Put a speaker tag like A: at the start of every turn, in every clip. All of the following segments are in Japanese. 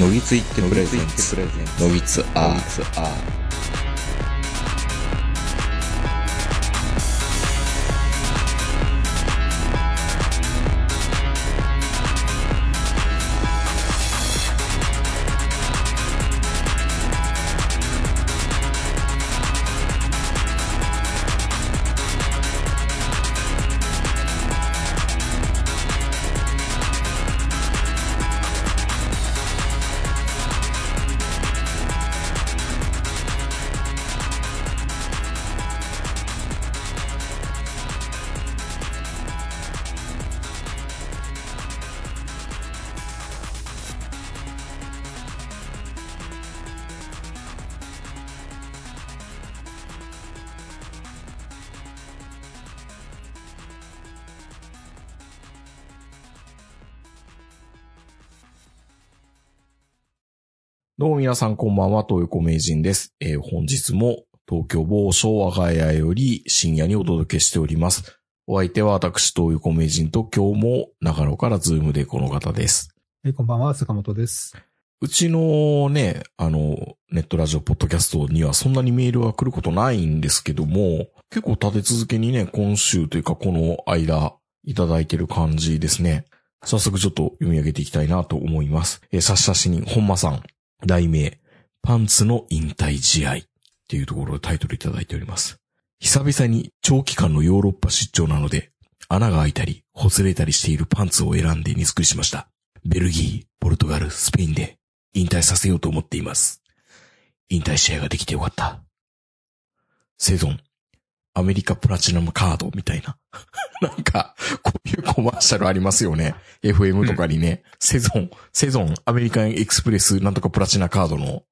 A: のぎついってプレゼンツのぎつアーツア
B: どうも皆さんこんばんは、東横名人です。えー本日も東京某所我が家より深夜にお届けしております。お相手は私、東横名人と今日も長野からズームでこの方です。
C: えーこんばんは、坂本です。
B: うちのね、あの、ネットラジオ、ポッドキャストにはそんなにメールが来ることないんですけども、結構立て続けにね、今週というかこの間、いただいてる感じですね。早速ちょっと読み上げていきたいなと思います。えー、差ししに、本間さん、題名、パンツの引退試合っていうところでタイトルいただいております。久々に長期間のヨーロッパ出張なので、穴が開いたり、ほつれたりしているパンツを選んで荷造りしました。ベルギー、ポルトガル、スペインで引退させようと思っています。引退試合ができてよかった。生存。アメリカプラチナムカードみたいな。 なんか、こういうコマーシャルありますよね。FM とかにね。セゾン、セゾン、アメリカンエクスプレスなんとかプラチナカードの、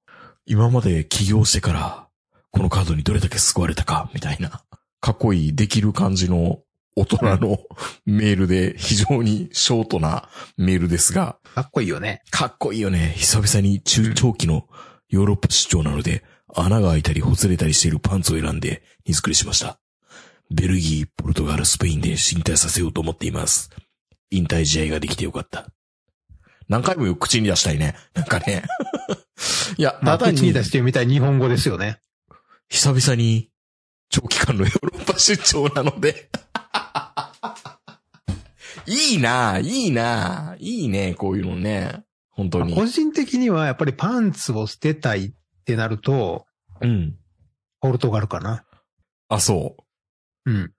B: 今まで起業してから、このカードにどれだけ救われたか、みたいな。かっこいい、できる感じの大人のメールで、非常にショートなメールですが、
C: かっこいいよね。
B: かっこいいよね。久々に中長期のヨーロッパ出張なので、穴が開いたりほつれたりしているパンツを選んで荷造りしました。ベルギー、ポルトガル、スペインで引退させようと思っています。引退試合ができてよかった。何回も口に出したいね。なんかね。 いや、
C: まあ、
B: ただ
C: 口
B: に
C: に出してみたい日本語ですよね。
B: 久々に長期間のヨーロッパ出張なので。 いいなぁ、いいなぁ、いいね、こういうのね。本当
C: まあ
B: に。
C: 個人的にはやっぱりパンツを捨てたいってなると、
B: うん。
C: ポルトガルかな。
B: あ、そう。
C: うん。なん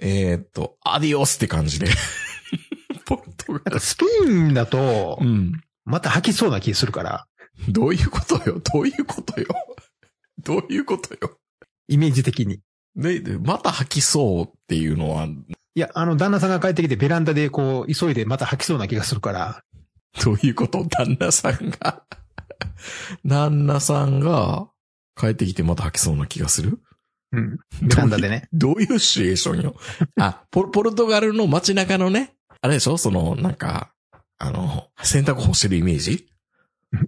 B: えー、っと、アディオスって感じで。 ポルトガ
C: かスペインだと
B: ル。う、ん。
C: また吐きそうな気するから、
B: どういうことよどういうことよどういうことよ
C: イメージ的に。
B: で、でまた吐きそうっていうのは、
C: いや、あの、旦那さんが帰ってきてベランダでこう、急いでまた吐きそうな気がするから、
B: どういうこと旦那さんが。旦那さんが帰ってきてまた吐きそうな気がする
C: うん。ベランダで ね。
B: どういうシチュエーションよ。あ、ポルポルトガルの街中のね、あれでしょその、なんか、あの、洗濯干してるイメージ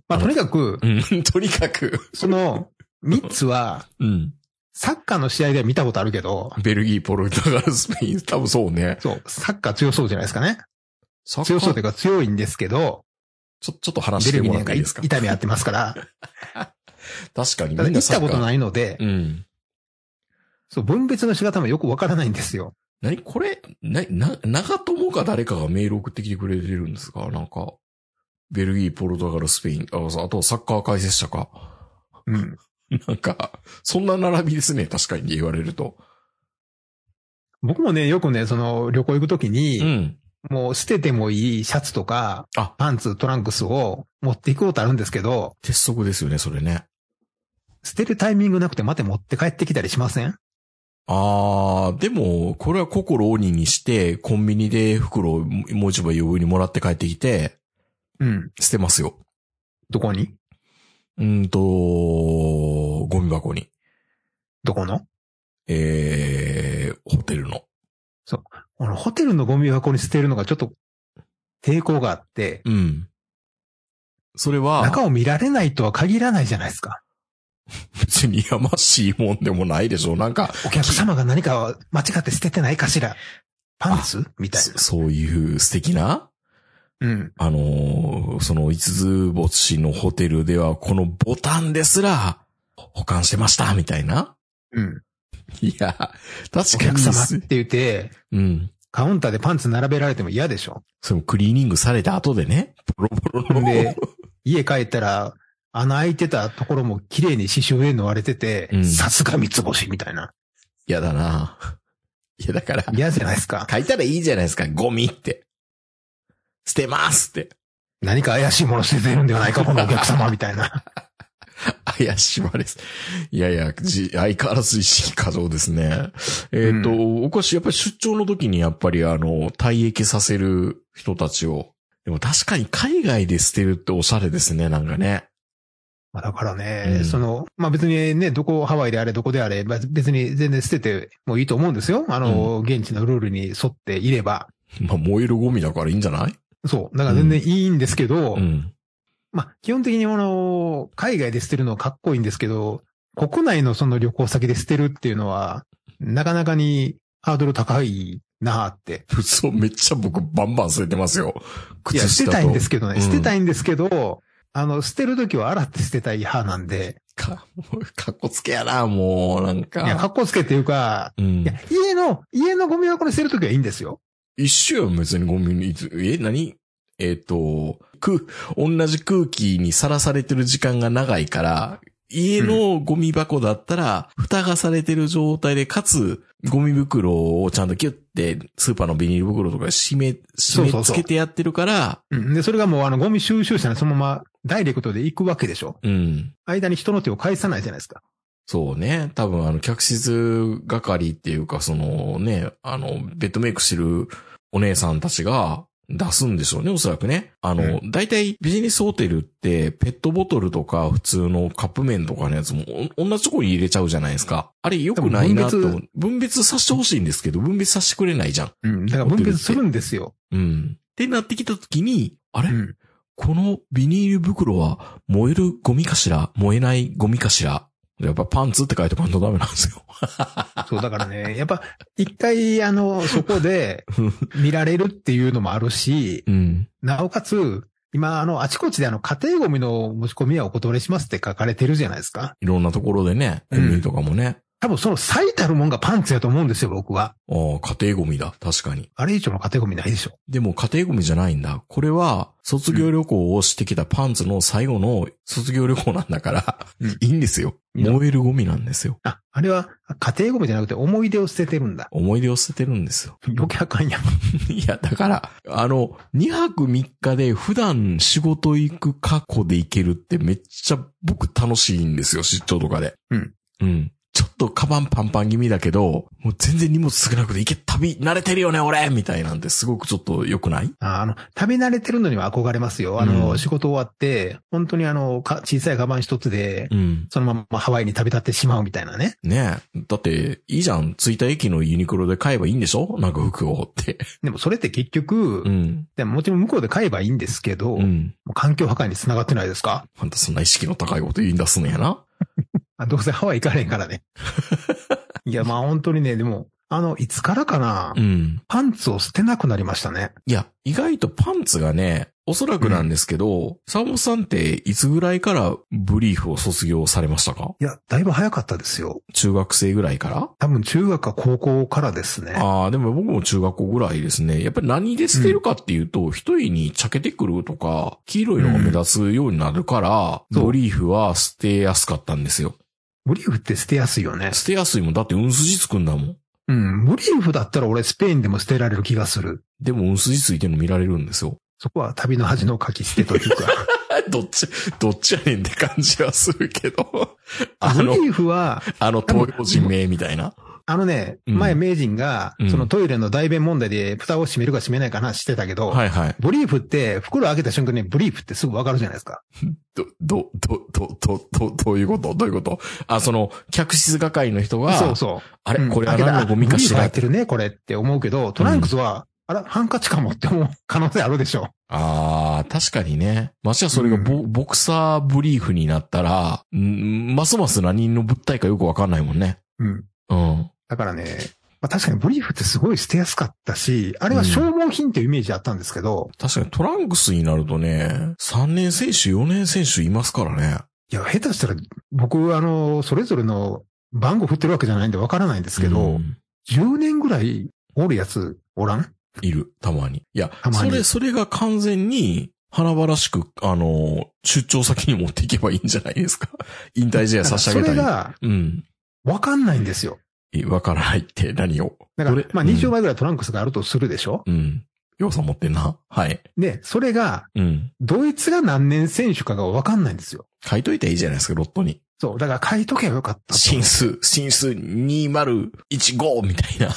C: まあ、とにかく、
B: うん、とにかく。
C: その、3つは、
B: うん。
C: サッカーの試合では見たことあるけど、
B: ベルギー、ポルトガル、スペイン、多分そうね。
C: そう、サッカー強そうじゃないですかね。
B: サッカ
C: 強
B: ー
C: そうというか強いんですけど、
B: ちょ、ちょっと話し
C: ベ
B: て
C: ルギー
B: も
C: な
B: ら
C: ん
B: って
C: か
B: いい
C: い
B: ですか
C: 痛み合ってます から、
B: 確かに。
C: ただ行ったこと
B: い。
C: ないので、
B: うん。
C: そう、分別の仕方もよくわからないんですよ。
B: なにこれ、な、な、長友か誰かがメール送ってきてくれてるんですかなんか、ベルギー、ポルトガル、スペイン、あそうあとサッカー解説者か。
C: うん。
B: なんか、そんな並びですね。確かに言われると。
C: 僕もね、よくね、その旅行行くときに、
B: うん。
C: もう捨ててもいいシャツとか、
B: あ
C: パンツ、トランクスを持っていくことあるんですけど、
B: 鉄則ですよね、それね。
C: 捨てるタイミングなくてまた持って帰ってきたりしません
B: あー、でも、これは心鬼にして、コンビニで袋をもう一枚余分にもらって帰ってきて、
C: うん。
B: 捨てますよ。
C: どこに
B: うーんと、ゴミ箱に、
C: どこの
B: えー、ホテルの。
C: このホテルのゴミ箱に捨てるのがちょっと抵抗があって、
B: うん。それは、
C: 中を見られないとは限らないじゃないですか。
B: 別にやましいもんでもないでしょう。なんか、
C: お客様が何か間違って捨ててないかしらパンツみたい
B: そそういう素敵な
C: うん。
B: あのーその五つ星のホテルではこのボタンですら保管してました、みたいな。
C: うん。
B: いや、確
C: お
B: かに。
C: 客様って言って、
B: うん。
C: カウンターでパンツ並べられても嫌でしょ。
B: それもクリーニングされた後でね、ボロボロの。
C: で、家帰ったら、穴開いてたところも綺麗に刺繍で縫われてて
B: う、ん
C: さすが三つ星みたいな。
B: 嫌だな。いや、だから、
C: 嫌じゃないですか。
B: 書いたらいいじゃないですか、ゴミって。捨てますって。
C: 何か怪しいもの捨ててるんではないか、このお客様みたいな。
B: 怪しまれす。いやいや、じ相変わらず意識過剰ですね。えっ、と、
C: う
B: 僕はやっぱり出張の時にやっぱりあの、退役させる人たちを。でも確かに海外で捨てるっておしゃれですね、なんかね。
C: まあだから
B: う
C: ね
B: ん、
C: その、まあ別にね、どこ、ハワイであれ、どこであれ、まあ別に全然捨ててもいいと思うんですよ。あの、現地のルールに沿っていれば。
B: まあ、燃えるゴミだからいいんじゃない
C: そう。だから全然いいんですけど
B: う、ん。
C: まあ基本的にあの、海外で捨てるのはかっこいいんですけど、国内のその旅行先で捨てるっていうのは、なかなかにハードル高いなーって。
B: そう、めっちゃ僕バンバン捨ててますよ。
C: いや、捨
B: 靴下
C: て
B: と。
C: たいんですけど
B: う
C: ね。
B: ん
C: 捨てたいんですけど、あの、捨てるときは洗って捨てたい派なんで、
B: か、もうかっこつけやな、もう、なんか。
C: いや、かっこつけっていうか、
B: うん
C: いや、家の、家のゴミ箱に捨てるときはいいんですよ。
B: 一周は別にゴミに、いつえ、何えっ、と、く、同じ空気にさらされてる時間が長いから、家のゴミ箱だったら、蓋がされてる状態で、かつ、ゴミ袋をちゃんとキュッて、スーパーのビニール袋とか締め、
C: そ
B: 締
C: うそうそう
B: め付けてやってるから、
C: うん。で、それがもうあの、ゴミ収集車にそのままダイレクトで行くわけでしょ。
B: うん。
C: 間に人の手を返さないじゃないですか。
B: そうね。多分、あの、客室係っていうか、そのね、あの、ベッドメイクしてるお姉さんたちが出すんでしょうね、おそらくね。あの、大体ビジネスホテルって、ペットボトルとか、普通のカップ麺とかのやつも、お同じとこに入れちゃうじゃないですか。あれ、良くないなと
C: でも
B: 思う。分別させてほしいんですけど、分別させてくれないじゃん。
C: うん。だから分別するんですよ。
B: うん。ってなってきた時に、あ
C: う
B: れ、
C: ん。
B: このビニール袋は燃えるゴミかしら燃えないゴミかしらやっぱパンツって書いておかんとダメなんですよ。
C: そう、だからね、やっぱ、一回、あの、そこで見られるっていうのもあるし、
B: うん。
C: なおかつ、今、あの、あちこちであの、家庭ゴミの持ち込みはお断りしますって書かれてるじゃないですか。
B: いろんなところでね、コ
C: うん
B: ンビニとかもね、
C: 多分その最たるもんがパンツやと思うんですよ、僕は。
B: ああ、家庭ゴミだ。確かに。
C: あれ以上のカテゴリーないでしょ。
B: でも家庭ゴミじゃないんだ。これは、卒業旅行をしてきたパンツの最後の卒業旅行なんだから、
C: うん
B: いいんですよ。
C: いや
B: 燃えるゴミなんですよ。
C: あ、あれは家庭ゴミじゃなくて思い出を捨ててるんだ。
B: 思い出を捨ててるんですよ。
C: 余計あかんやん。
B: いや、だから、あの、2泊3日で普段仕事行く過去で行けるってめっちゃ僕楽しいんですよ、出張とかで。
C: うん。
B: うん。ちょっとカバンパンパン気味だけど、もう全然荷物少なくて行け、旅慣れてるよね、俺みたいなんてすごくちょっと良くない
C: ああの、旅慣れてるのには憧れますよ。あの、
B: うん
C: 仕事終わって、本当にあの、か小さいカバン一つで、
B: うん。
C: そのままハワイに旅立ってしまうみたいなね。
B: ねえ。だって、いいじゃん。着いた駅のユニクロで買えばいいんでしょなんか服をって。
C: でもそれって結局、
B: うん。
C: でももちろん向こうで買えばいいんですけど、
B: う
C: も
B: ん。
C: う環境破壊につながってないですか
B: あんたそんな意識の高いこと言い出すのやな。
C: あどうせハワイ行かれへんから ね。いや、まあ本当にね、でも、あの、いつからかな、
B: うん。
C: パンツを捨てなくなりましたね。
B: いや、意外とパンツがね、おそらくなんですけど、サーモさんっていつぐらいからブリーフを卒業されましたか
C: いや、だいぶ早かったですよ。
B: 中学生ぐらいから
C: 多分中学か高校からですね。
B: ああ、でも僕も中学校ぐらいですね。やっぱり何で捨てるかっていうと、一重に茶けてくるとか、黄色いのが目立つようになるから、
C: うん
B: ブリーフは捨てやすかったんですよ。
C: ブリーフって捨てやすいよね。
B: 捨てやすいもん。だってうんすじつくんだもん。
C: うん。ブリーフだったら俺スペインでも捨てられる気がする。
B: でもうんすじついてるの見られるんですよ。
C: そこは旅の恥の書き捨てというか。
B: どっち、どっちやねんって感じはするけど。 あ
C: ブ
B: の、
C: リーフは、
B: あの東洋人名みたいな。
C: あのね、
B: うん
C: 前名人が
B: う、ん
C: そのトイレの代弁問題で蓋を閉めるか閉めないかなしてたけど、
B: はいはい。
C: ブリーフって、袋開けた瞬間にブリーフってすぐわかるじゃないですか。
B: ど、ど、ど、ど、ど、ど、どういうことどういうことあ、その、客室係の人が、
C: そうそう。
B: あれ、
C: うん
B: これは
C: 開けた
B: 何のゴミかし
C: あ
B: ら
C: ブリーフ入ってるね、これって思うけど、トランクスは、あら、ハンカチかもって思う 可能性あるでしょ。
B: ああ、確かにね。ましてやそれがボ,、ボクサーブリーフになったら、んますます何の物体かよくわかんないもんね。
C: うん。
B: うん。
C: だからね、まあ、確かにブリーフってすごい捨てやすかったし、あれは消耗品っていうイメージあったんですけど、
B: 確かにトランクスになるとね、3年選手、4年選手いますからね。
C: いや、下手したら僕、あの、それぞれの番号振ってるわけじゃないんでわからないんですけど、
B: うん
C: 10年ぐらいおるやつおらん
B: いる、たまに。いや、
C: たま
B: そ
C: に
B: れ、それが完全に、華々しく、あの、出張先に持っていけばいいんじゃないですか。 引退試合差し上げ
C: そ
B: た
C: れ
B: り。
C: が
B: うん。
C: わかんないんですよ。
B: えわからないって何を。
C: だか
B: ど
C: ら
B: れ、
C: まあ
B: うん
C: 20倍ぐらいトランクスがあるとするでしょ、
B: うん。ようさん持ってんな。はい。
C: で、それが、
B: うん。
C: ドイツが何年選手かがわかんないんですよ。
B: 書いといていいじゃないですか、ロットに。
C: そう。だから書いとけばよかったと。
B: 進数、進数2015みたいな。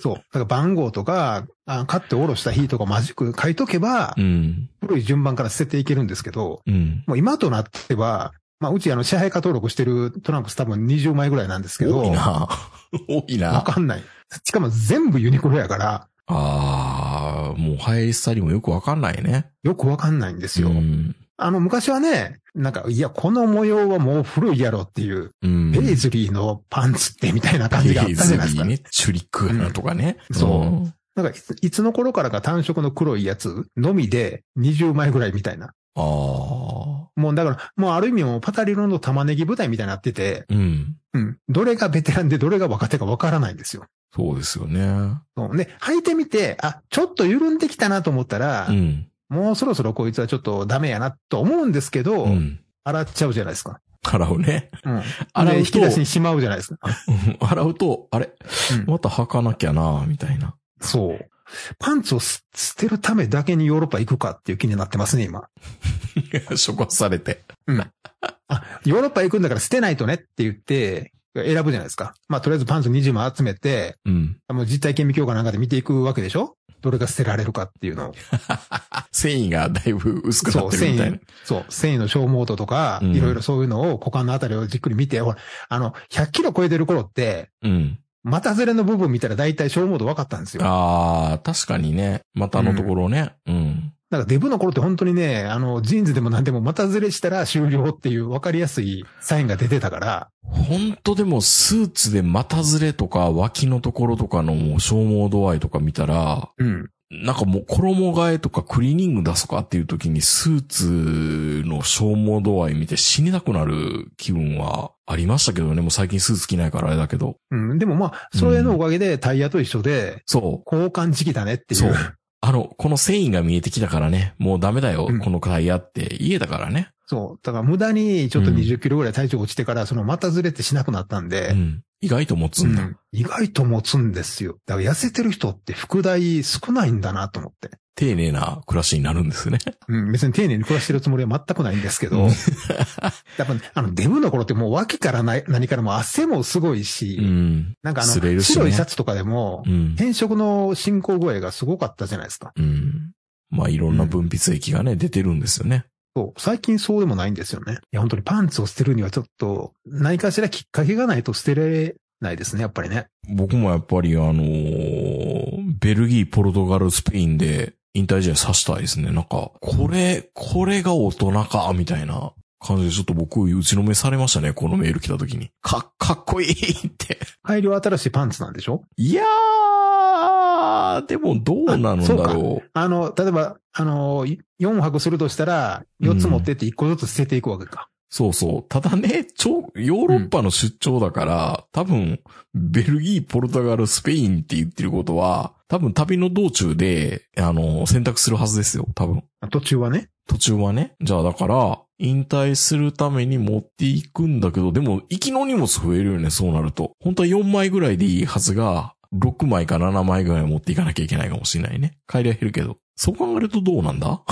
C: そう。だから番号とか、あ買っておろした日とかマジック書いとけば
B: う、ん。
C: 古い順番から捨てていけるんですけど、
B: うん。
C: もう今となっては、まあ、うちあの支配下登録してるトランクス多分20枚ぐらいなんですけど、
B: 多い
C: わ
B: な。 多いな。
C: かんない。しかも全部ユニクロやから、
B: ああ、もう入りスタイルもよくわかんないね。
C: よくわかんないんですよ。
B: うん。
C: あの、昔はね、なんか、いや、この模様はもう古いやろっていう、
B: うん。
C: ペイズリーのパンツってみたいな感じがあったじゃないですか。
B: ペイズリーね。チュリックガナとかね。
C: うんそう
B: うん。
C: なんかいつ、いつの頃からか単色の黒いやつのみで20枚ぐらいみたいな。
B: ああ。
C: もうだから、もうある意味もうパタリロンの玉ねぎ舞台みたいになってて、
B: うん。
C: うん。どれがベテランでどれが若手かわからないんですよ。
B: そうですよね。
C: そうね、履いてみて、あ、ちょっと緩んできたなと思ったら、
B: うん。
C: もうそろそろこいつはちょっとダメやなと思うんですけど、
B: うん。
C: 洗っちゃうじゃないですか。
B: 洗うね。
C: うん。
B: 洗
C: で
B: う
C: 引き
B: と、
C: 出しにしまうじゃないですか。
B: うん洗うと、あれ
C: うん
B: また履かなきゃな、みたいな。
C: そう。パンツをす捨てるためだけにヨーロッパ行くかっていう気になってますね、今。
B: 処罰されて。
C: あ、ヨーロッパ行くんだから捨てないとねって言って、選ぶじゃないですか。まあ、とりあえずパンツ20枚集めて、
B: うん。
C: もう実体験味強化なんかで見ていくわけでしょどれが捨てられるかっていうのを。
B: 繊維がだいぶ薄くな
C: そ
B: っ
C: う、
B: てる
C: 繊
B: みたいな
C: 維。、そう、繊維の消耗度とか、
B: うん
C: いろいろそういうのを股間のあたりをじっくり見て、ほら、あの、100キロ超えてる頃って、
B: うん。
C: 股ずれの部分見たら大体消耗度分かったんですよ。
B: ああ、確かにね。股のところね。うん。
C: だからデブの頃って本当にね、あの、ジーンズでも何でも股ずれしたら終了っていう分かりやすいサインが出てたから、
B: ほんとでもスーツで股ずれとか脇のところとかのもう消耗度合いとか見たら、
C: うん。
B: なんかもう衣替えとかクリーニング出すとかっていう時にスーツの消耗度合い見て死にたくなる気分はありましたけどね。もう最近スーツ着ないからあれだけど。
C: うん。でもまあ、それのおかげでタイヤと一緒で、
B: そう。
C: 交換時期だねってい。
B: そうう。あの、この繊維が見えてきたからね。もうダメだよ。
C: うん
B: このタイヤって言えたからね。
C: そう。だから無駄にちょっと
B: うん
C: 20キロぐらい体重落ちてから、その股ずれってしなくなったんで、
B: うん。意外と持つんだ。
C: うん意外と持つんですよ。だから痩せてる人って副題少ないんだなと思って。
B: 丁寧な暮らしになるんですね。
C: うん、別に丁寧に暮らしてるつもりは全くないんですけど、
B: うん
C: やっぱ、ね、あの、デブの頃ってもう脇からな何からも汗もすごいし、
B: うん。
C: なんかあ
B: 擦れる
C: の、
B: しね
C: 白いシャツとかでも
B: う、ん。
C: 変色の進行具合がすごかったじゃないですか。
B: うん。まあ、いろんな分泌液がね、出てるんですよね。
C: そう、最近そうでもないんですよね。いや、本当にパンツを捨てるにはちょっと、何かしらきっかけがないと捨てられないですね、やっぱりね。
B: 僕もやっぱり、あのーベルギー、ポルトガル、スペインで引退試合さしたいですね。なんか、これ、これが大人か、みたいな感じで、ちょっと僕、打ちのめされましたね。このメール来た時に。か、 かっこいいって。
C: 改良新しいパンツなんでしょ
B: いやー、でもどうなのだ
C: あ
B: ろう。
C: あの、例えば、あの、4泊するとしたら、4つ持ってって1個ずつ捨てていくわけか。
B: そうそう。ただね、ちょ、ヨーロッパの出張だから、多分、ベルギー、ポルトガル、スペインって言ってることは、多分旅の道中で、あの、選択するはずですよ、多分。
C: 途中はね。
B: 途中はね。じゃあだから、引退するために持っていくんだけど、でも、行きの荷物増えるよね、そうなると。本当は4枚ぐらいでいいはずが、6枚か7枚ぐらい持っていかなきゃいけないかもしれないね。帰りは減るけど。そう考えるとどうなんだ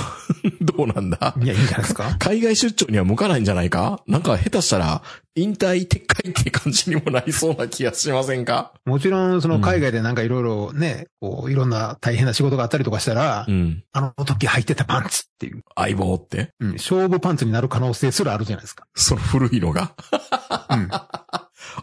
B: どうなんだ
C: いや、いいんじゃないです か
B: 海外出張には向かないんじゃないかなんか下手したら引退撤回って感じにもなりそうな気がしませんか
C: もちろん、その海外でなんかいろいろね、こう、いろんな大変な仕事があったりとかしたら、
B: うん。
C: あの時履いてたパンツっていう、
B: 相棒って
C: うん、勝負パンツになる可能性すらあるじゃないですか。
B: その古いのが。
C: うん。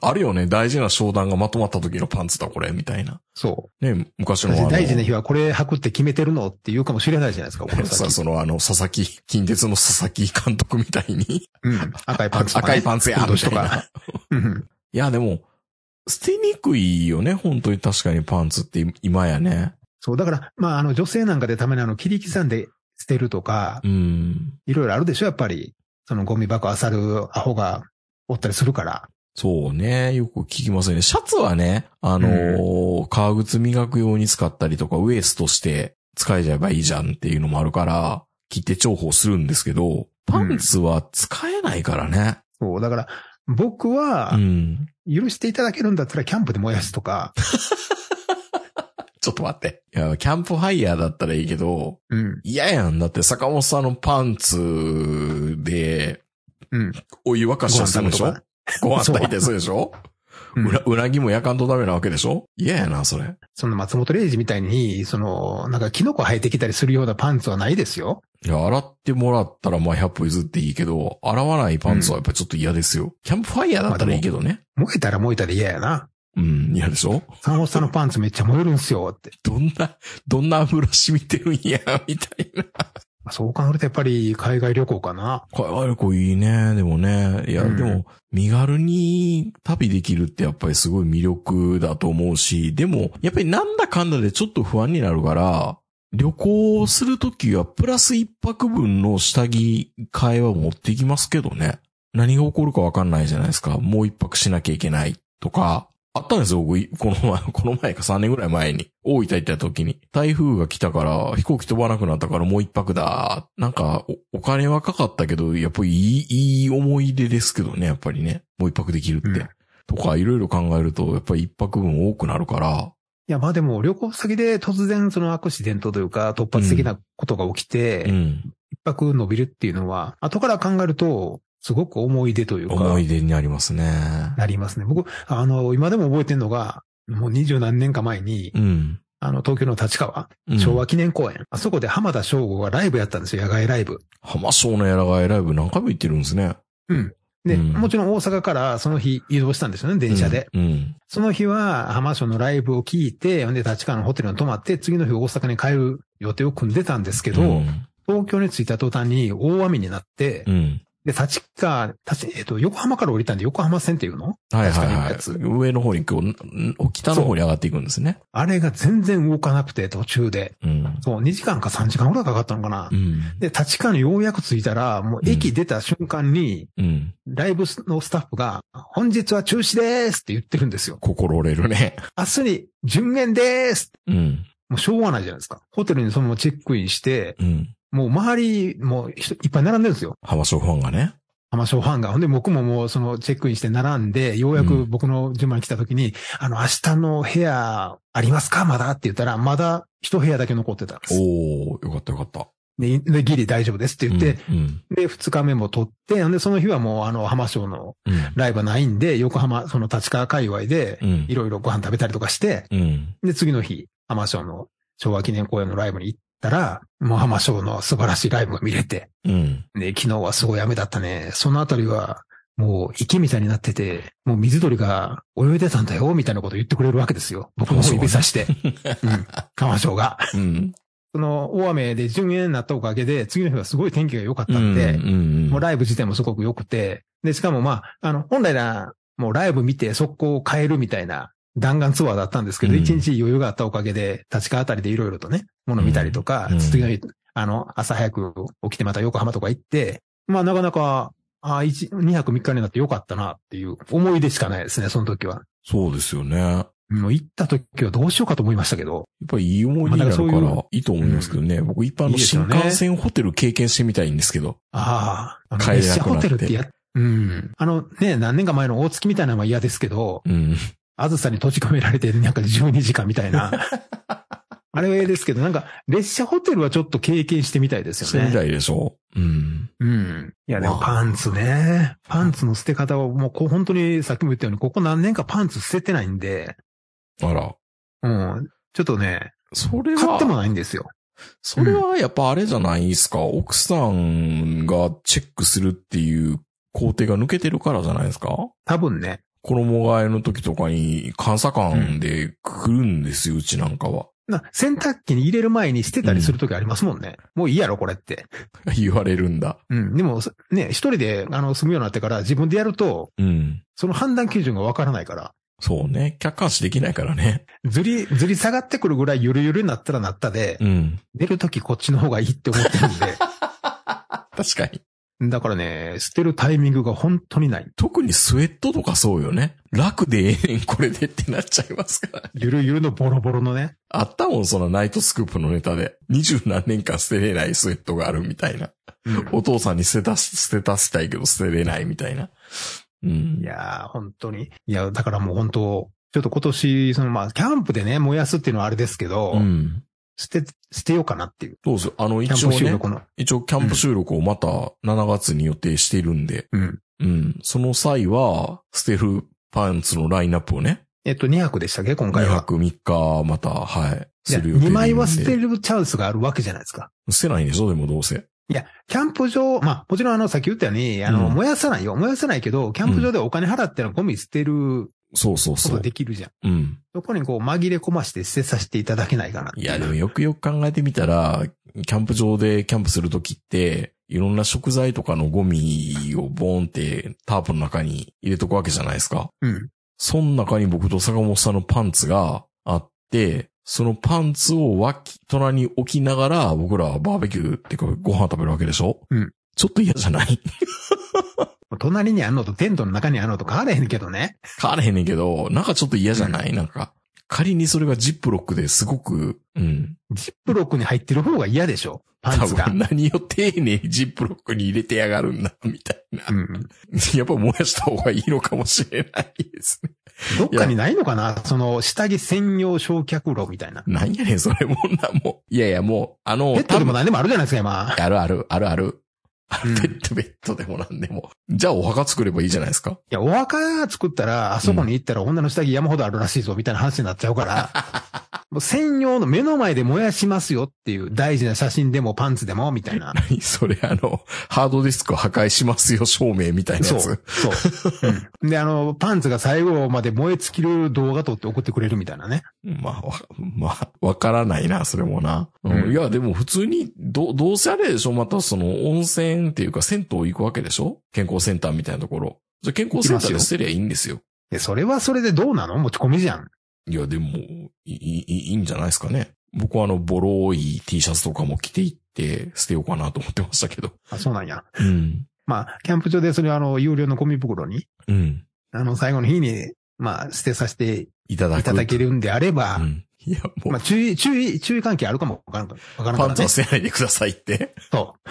B: あるよね。大事な商談がまとまった時のパンツだ、これ、みたいな。
C: そう。
B: ね、昔のあ
C: 私
B: の。
C: 大事な日はこれ履くって決めてるのって言うかもしれないじゃないです か、この
B: さ、
C: 先。
B: そのあの、佐々木、近鉄の佐々木監督みたいに、
C: うん。赤いパンツとかね、
B: 赤いパンツや、
C: 運動
B: み
C: したと
B: いな
C: か。。うん。
B: いや、でも、捨てにくいよね、本当に確かにパンツって今やね。
C: そう、だから、まあ、あの、女性なんかでためにあの、切り刻んで捨てるとか
B: う、ん。
C: いろいろあるでしょ、やっぱり。そのゴミ箱漁るアホがおったりするから。
B: そうね。よく聞きますよね。シャツはね、あのー革靴磨く用に使ったりとか、ウエストして使えちゃえばいいじゃんっていうのもあるから、切って重宝するんですけど、パンツは使えないからね。
C: そう、だから、僕
B: う
C: は、
B: ん。
C: 許していただけるんだったら、キャンプで燃やすとか、
B: ちょっと待って。いや、キャンプファイヤーだったらいいけど、
C: うん、
B: 嫌やん。だって坂本さんのパンツで、
C: うん。
B: お湯沸かしをするでしょご飯
C: 飯炊くとか
B: 炊いてするでしょ
C: うん
B: うな、うなぎも焼かんとダメなわけでしょ嫌やな、それ。
C: その松本零士みたいに、その、なんかキノコ生えてきたりするようなパンツはないですよ。
B: いや、洗ってもらったらまあ100歩譲っていいけど、洗わないパンツはやっぱちょっと嫌ですよ。キャンプファイヤーだったらいいけどね。
C: 燃えたら燃えたで嫌やな。
B: うん、嫌でしょ
C: 坂本さんのパンツめっちゃ燃えるんすよって。
B: どんな、どんな油染みてるんや、みたいな。
C: そう考えるとやっぱり海外旅行かな。
B: これ、あれこいいね。でもね。いや、
C: うん
B: でも、身軽に旅できるってやっぱりすごい魅力だと思うし、でも、やっぱりなんだかんだでちょっと不安になるから、旅行するときはプラス一泊分の下着替えは持ってきますけどね。何が起こるかわかんないじゃないですか。もう一泊しなきゃいけないとか。あったんですよ、僕、いこの 前、この前か3年ぐらい前に。大分行った時に。台風が来たから、飛行機飛ばなくなったからもう一泊だ。なんかお、お金はかかったけど、やっぱりいい、いい思い出ですけどね、やっぱりね。もう一泊できるって。
C: うん
B: とか、いろいろ考えると、やっぱり一泊分多くなるから。
C: いや、まあでも旅行先で突然そのアクシデントというか突発的なことが起きて、
B: うん。
C: 一泊伸びるっていうのは、後から考えると、すごく思い出というか、
B: 思い出になりますね。
C: なりますね。僕、あの、今でも覚えてるのが、もう二十何年か前に、
B: うん。
C: あの、東京の立川、
B: うん
C: 昭和。記念公園、あそこで浜田省吾がライブやったんですよ、野外ライブ。
B: 浜松のやらがいライブ何回も行ってるんですね。
C: で、
B: うん
C: もちろん大阪からその日移動したんですよね、電車で。
B: うん。うん。
C: その日は浜松のライブを聞いて、ほんで立川のホテルに泊まって、次の日大阪に帰る予定を組んでたんですけど、
B: うん
C: 東京に着いた途端に大雨になって、
B: うん。
C: で、立川、立えっ、と、横浜から降りたんで、横浜線っていうの
B: はいはい
C: 確かに
B: は
C: や
B: い
C: つ。
B: 上の方にこう、北の方に上がっていくんですね。
C: あれが全然動かなくて、途中で。
B: うん。
C: そう、2時間か3時間ぐらいかかったのかな
B: う。ん。
C: で、立川にようやく着いたら、もう駅出た瞬間に、
B: うん。
C: ライブのスタッフが、本日は中止ですって言ってるんですよ。
B: 心折れるね。
C: 明日に順延です
B: うん。
C: もうしょうがないじゃないですか。ホテルにそのままチェックインして、
B: うん。
C: もう周り、もう人いっぱい並んでるんですよ。
B: 浜松ファンがね。
C: 浜松ファンが。ほんで、僕ももうそのチェックインして並んで、ようや
B: う
C: く
B: ん
C: 僕の順番に来た時に、あの、明日の部屋ありますかまだって言ったら、まだ一部屋だけ残ってたんです。
B: おー、よかったよかった。
C: で、でギリ大丈夫ですって言って、
B: うん。
C: で、二日目も取って、ほんで、その日はもうあの、浜松の
B: うん。
C: ライブはないんで、横浜、その立川界隈で
B: う、ん
C: いろいろご飯食べたりとかして、
B: うん。
C: で、次の日、浜松の昭和記念公園のライブに行ったら、もう浜松の素晴らしいライブが見れて、
B: うん。
C: で、昨日はすごい雨だったね。そのあたりは、もう池みたいになってて、もう水鳥が泳いでたんだよ、みたいなことを言ってくれるわけですよ。僕の方指さして。うん。川町が。
B: うん。
C: その大雨で順延になったおかげで、次の日はすごい天気が良かっ
B: う
C: たんで、
B: ん。
C: もうライブ自体もすごく良くて、で、しかもまあ、あの、本来なら、もうライブ見て速攻を変えるみたいな弾丸ツアーだったんですけど、
B: うん
C: 一、日余裕があったおかげで、立川あたりでいろいろとね、物見たりとか、
B: うん
C: 次の日、あの、朝早く起きてまた横浜とか行って、まあなかなか、あ一2泊3日になってよかったなっていう思い出しかないですね、その時は。
B: そうですよね。やっ
C: もう行った時はどうしようかと思いましたけど、
B: ぱりいい思い出になる
C: ま
B: か
C: あだから
B: ら
C: そ、
B: いいと思いますけどね。僕一
C: い
B: 般の
C: いです
B: 新
C: よね
B: 幹線ホテル経験してみたいんですけど。
C: ああ、あの
B: 帰れ
C: 列
B: なくな
C: 車ホ
B: って
C: テルってや、うん。あのね、何年か前の大月みたいなのは嫌ですけど、
B: うん。
C: あずさに閉じ込められて、なんか12時間みたい な。あれはええですけど、なんか、列車ホテルはちょっと経験してみたいです
B: して
C: よね。
B: みたいでしょうん。
C: うん。いや、でも
B: まあ
C: パンツね。パンツの捨て方はもうこう、本当にさっきも言ったように、ここ何年かパンツ捨ててないんで、
B: あら。
C: うん。ちょっとね、
B: それは。
C: 買ってもないんですよ。
B: それはやっぱあれじゃないですか。奥さんがチェックするっていう工程が抜けてるからじゃないですか
C: 多分ね。
B: 衣替えの時とかに監査官で来るんですよ、うちなんかは。
C: な洗濯機に入れる前に捨てたりするときありますもんね。もういいやろ、これって。
B: 言われるんだ。
C: うん。でも、ね、一人で、あの、住むようになってから自分でやると、
B: うん。
C: その判断基準がわからないから。
B: そうね。客観視できないからね。
C: ずり、ずり下がってくるぐらいゆるゆるになったらなったで、
B: うん。
C: 出るときこっちの方がいいって思ってるん
B: 確かに。
C: で。だからね、捨てるタイミングが本当にない。
B: 特にスウェットとかそうよね。楽でええねん、これでってなっちゃいますから。
C: ゆるゆるのボロボロのね。
B: あったもん、そのナイトスクープのネタで。二十何年間捨てれないスウェットがあるみたいな。
C: うん
B: お父さんに捨てたし、捨てたしたいけど捨てれないみたいな。うん。
C: いやー、本当に。いや、だからもう本当、ちょっと今年、そのまあ、キャンプでね、燃やすっていうのはあれですけど、
B: うん。
C: 捨て、捨てようかなっていう。
B: どうぞ。あの、
C: キャ
B: 一応
C: ンプ収
B: ね、
C: 録の。
B: 一応キャンプ収録をまた7月に予定しているんで、
C: うん。
B: うん。その際は、捨てるパンツのラインナップをね、
C: えっと、2泊でしたっけ今
B: 2
C: 回は。
B: 泊3日また、はい、
C: いや
B: する予定で
C: 2枚は捨て
B: る。
C: るチャンスがあるわけじゃないですか。
B: 捨てないんでしょでもどうせ。
C: いや、キャンプ場、まあ、もちろんあの、さっき言ったように、あの、
B: うん
C: 燃やさないよ。燃やさないけど、キャンプ場でお金払ってのゴミ捨てる
B: そうそう
C: こ
B: そ
C: と
B: う
C: で。きるじゃん。
B: うん。
C: そこにこう、紛れ込まして捨てさせていただけないかなって
B: いうや、でもよくよく考えてみたら、キャンプ場でキャンプするときって、いろんな食材とかのゴミをボーンってタープの中に入れとくわけじゃないですか。
C: うん。
B: その中に僕と坂本さんのパンツがあって、そのパンツを脇、隣に置きながら、僕らはバーベキューっていうかご飯食べるわけでしょ
C: うん。
B: ちょっと嫌じゃない
C: 隣にあんのとテントの中にあんのと変われへんけどね。
B: 変われへんねんけど、なんかちょっと嫌じゃないなんか。仮にそれがジップロックですごく、うん。
C: ジップロックに入ってる方が嫌でしょパン
B: 多
C: ツが
B: 分。何を丁寧にジップロックに入れてやがるんだ、みたいな。
C: うん。
B: やっぱ燃やした方がいいのかもしれないですね。
C: どっかにないのかなその、下着専用焼却炉みたいな。
B: なんやねん、それもんな、もう。いやいや、もう、あの、
C: ペットでも
B: 多
C: 何でもあるじゃないですか、今。
B: 分あるある、あるある。
C: うん
B: ペットベッドでもなんでも。じゃあお墓作ればいいじゃないですか。
C: いや、お墓作ったら、あそこに行ったら女の下着山ほどあるらしいぞ、みたいな話になっちゃう から、もう専用の目の前で燃やしますよっていう大事な写真でもパンツでも、みたいな。
B: 何それ、あの、ハードディスクを破壊しますよ、証明みた いなや
C: そう。
B: つ。
C: そう。うんで、あの、パンツが最後まで燃え尽きる動画撮って送ってくれるみたいなね。
B: まあ、わ、まあ、わからないな、それもな。うん
C: うん
B: いや、でも普通に、ど、どうせあれでしょまたその温泉っていうか銭湯行くわけでしょ健康センターみたいなところ。じゃあ健康センターで捨てりゃいいんですよ。
C: で、それはそれでどうなの持ち込みじゃん。
B: いや、でも、いい、いいいいんじゃないですかね。僕はあの、ボロい T シャツとかも着ていって捨てようかなと思ってましたけど。
C: あ、そうなんや。
B: うん。
C: まあ、キャンプ場でそれはあの、有料のゴミ袋に、
B: うん。
C: あの、最後の日に、まあ、捨てさせて
B: いただく。
C: いただけるんであれば、
B: うん。いや、もう、
C: まあ、注意、注意、注意関係あるかもわからんから。わからんから
B: パン
C: ね
B: ツは捨てないでくださいって。
C: そう。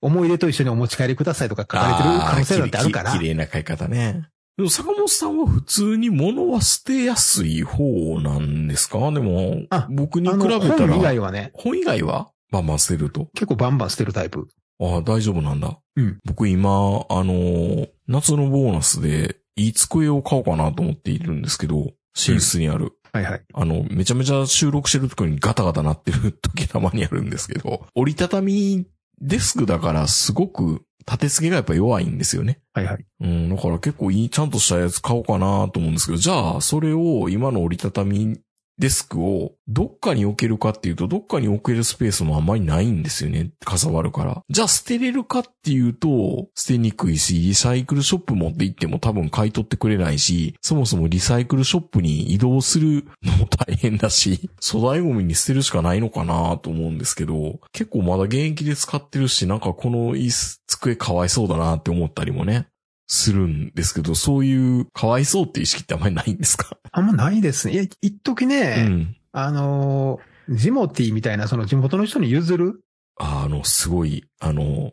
C: 思い出と一緒にお持ち帰りくださいとか書かれてる可能性だってあるから
B: ーきれいき。れいな買い方ね。でも坂本さんは普通に物は捨てやすい方なんですかでも
C: あ、
B: 僕に
C: あ
B: 比
C: の
B: べた
C: 本以
B: ら、
C: 外はね、
B: 本以外はバンバン捨てると。
C: 結構バンバン捨てるタイプ。
B: ああ、大丈夫なんだ。
C: うん
B: 僕今、あのー、夏のボーナスで、いい机を買おうかなと思っているんですけど、寝室にある。
C: はいはい。
B: あの、めちゃめちゃ収録してる時にガタガタ鳴ってる時たまにあるんですけど、折りたたみデスクだからすごく立て付けがやっぱ弱いんですよね。
C: はいはい。
B: うん、だから結構いい、ちゃんとしたやつ買おうかなと思うんですけど、じゃあ、それを今の折りたたみデスクをどっかに置けるかっていうと、どっかに置けるスペースもあんまりないんですよね。かさばるから。じゃあ捨てれるかっていうと、捨てにくいし、リサイクルショップ持って行っても多分買い取ってくれないし、そもそもリサイクルショップに移動するのも大変だし、粗大ゴミに捨てるしかないのかなと思うんですけど、結構まだ現役で使ってるし、なんかこの椅子机かわいそうだなって思ったりもね。するんですけど、そういうかわいそうっていう意識ってあんまりないんですか、
C: あんまないですね。いや、一時ね、
B: うん。
C: あのー、ジモティみたいな、その地元の人に譲る、
B: ああの、すごい、あの、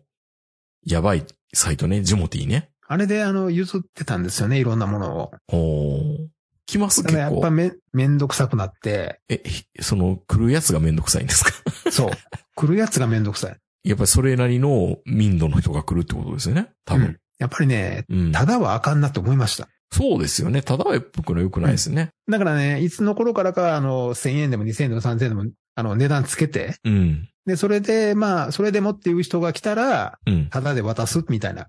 B: やばいサイトね、ジモティーね。
C: あれであの、譲ってたんですよね、いろんなものを。
B: おー来ます
C: た
B: 結
C: だやっぱ
B: 構。
C: め、めんどくさくなって、
B: え、ひその、来るやつがめんどくさいんですか
C: そう。来るやつがめんどくさい。
B: やっぱりそれなりの民度の人が来るってことですよね。多
C: うん
B: 分。
C: やっぱりね、
B: うん。
C: ただはあかんなと思いました。
B: そうですよね。ただは僕の良くないですね。
C: だからね、いつの頃からか、あの、1000円でも2000円でも3000円でも、あの、値段つけて、
B: うん。
C: で、それで、まあ、それでもっていう人が来たら、
B: うん。
C: タダで渡すみたいな、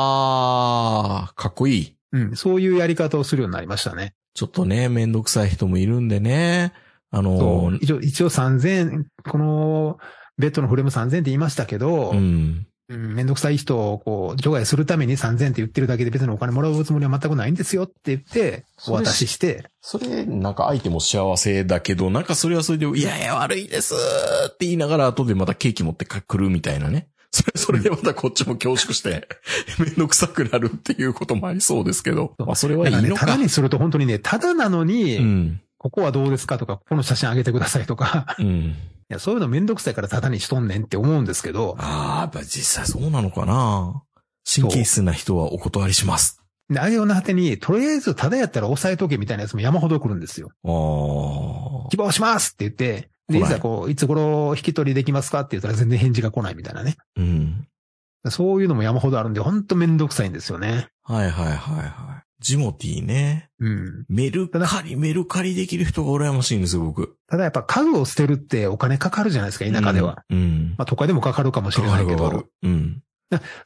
B: あー、かっこいい。
C: うん、そういうやり方をするようになりましたね。
B: ちょっとね、めんどくさい人もいるんでね。あ
C: そ
B: の
C: う、一応、一応3000円、この、ベッドのフレーム3000円って言いましたけど、
B: うん。
C: うん、めんどくさい人をこう除外するために3000って言ってるだけで別にお金もらうつもりは全くないんですよって言って、お渡しして、
B: それ、なんか相手も幸せだけど、なんかそれはそれで、いやいや悪いですって言いながら後でまたケーキ持ってかくるみたいなね。 それ、それでまたこっちも恐縮して、 めんどくさくなるっていうこともありそうですけど。まあそれはい
C: だ
B: い
C: からね、
B: の
C: た
B: か。
C: だにすると本当にね、ただなのに、
B: うん。
C: ここはどうですかとか、ここの写真あげてくださいとか、
B: うん。
C: いや、そういうのめんどくさいからただにしとんねんって思うんですけど、
B: ああ、やっぱ実際そうなのかな神経質な人はお断りします。
C: で、あげような果てに、とりあえずただやったら抑えとけみたいなやつも山ほど来るんですよ。
B: ああ。
C: 希望しますって言って、で、
B: 来
C: い
B: ない
C: ざこう、いつ頃引き取りできますかって言ったら全然返事が来ないみたいなね。
B: うん。
C: そういうのも山ほどあるんで、ほんとめんどくさいんですよね。
B: はいはいはいはい。ジモティね。
C: うん。
B: メルカリ、メルカリできる人が羨ましいんですよ、僕。
C: ただやっぱ家具を捨てるってお金かかるじゃないですか、田舎では。。
B: うん。
C: まあ都会でもかかるかもしれないけ
B: かかるか
C: ど
B: か、るうん。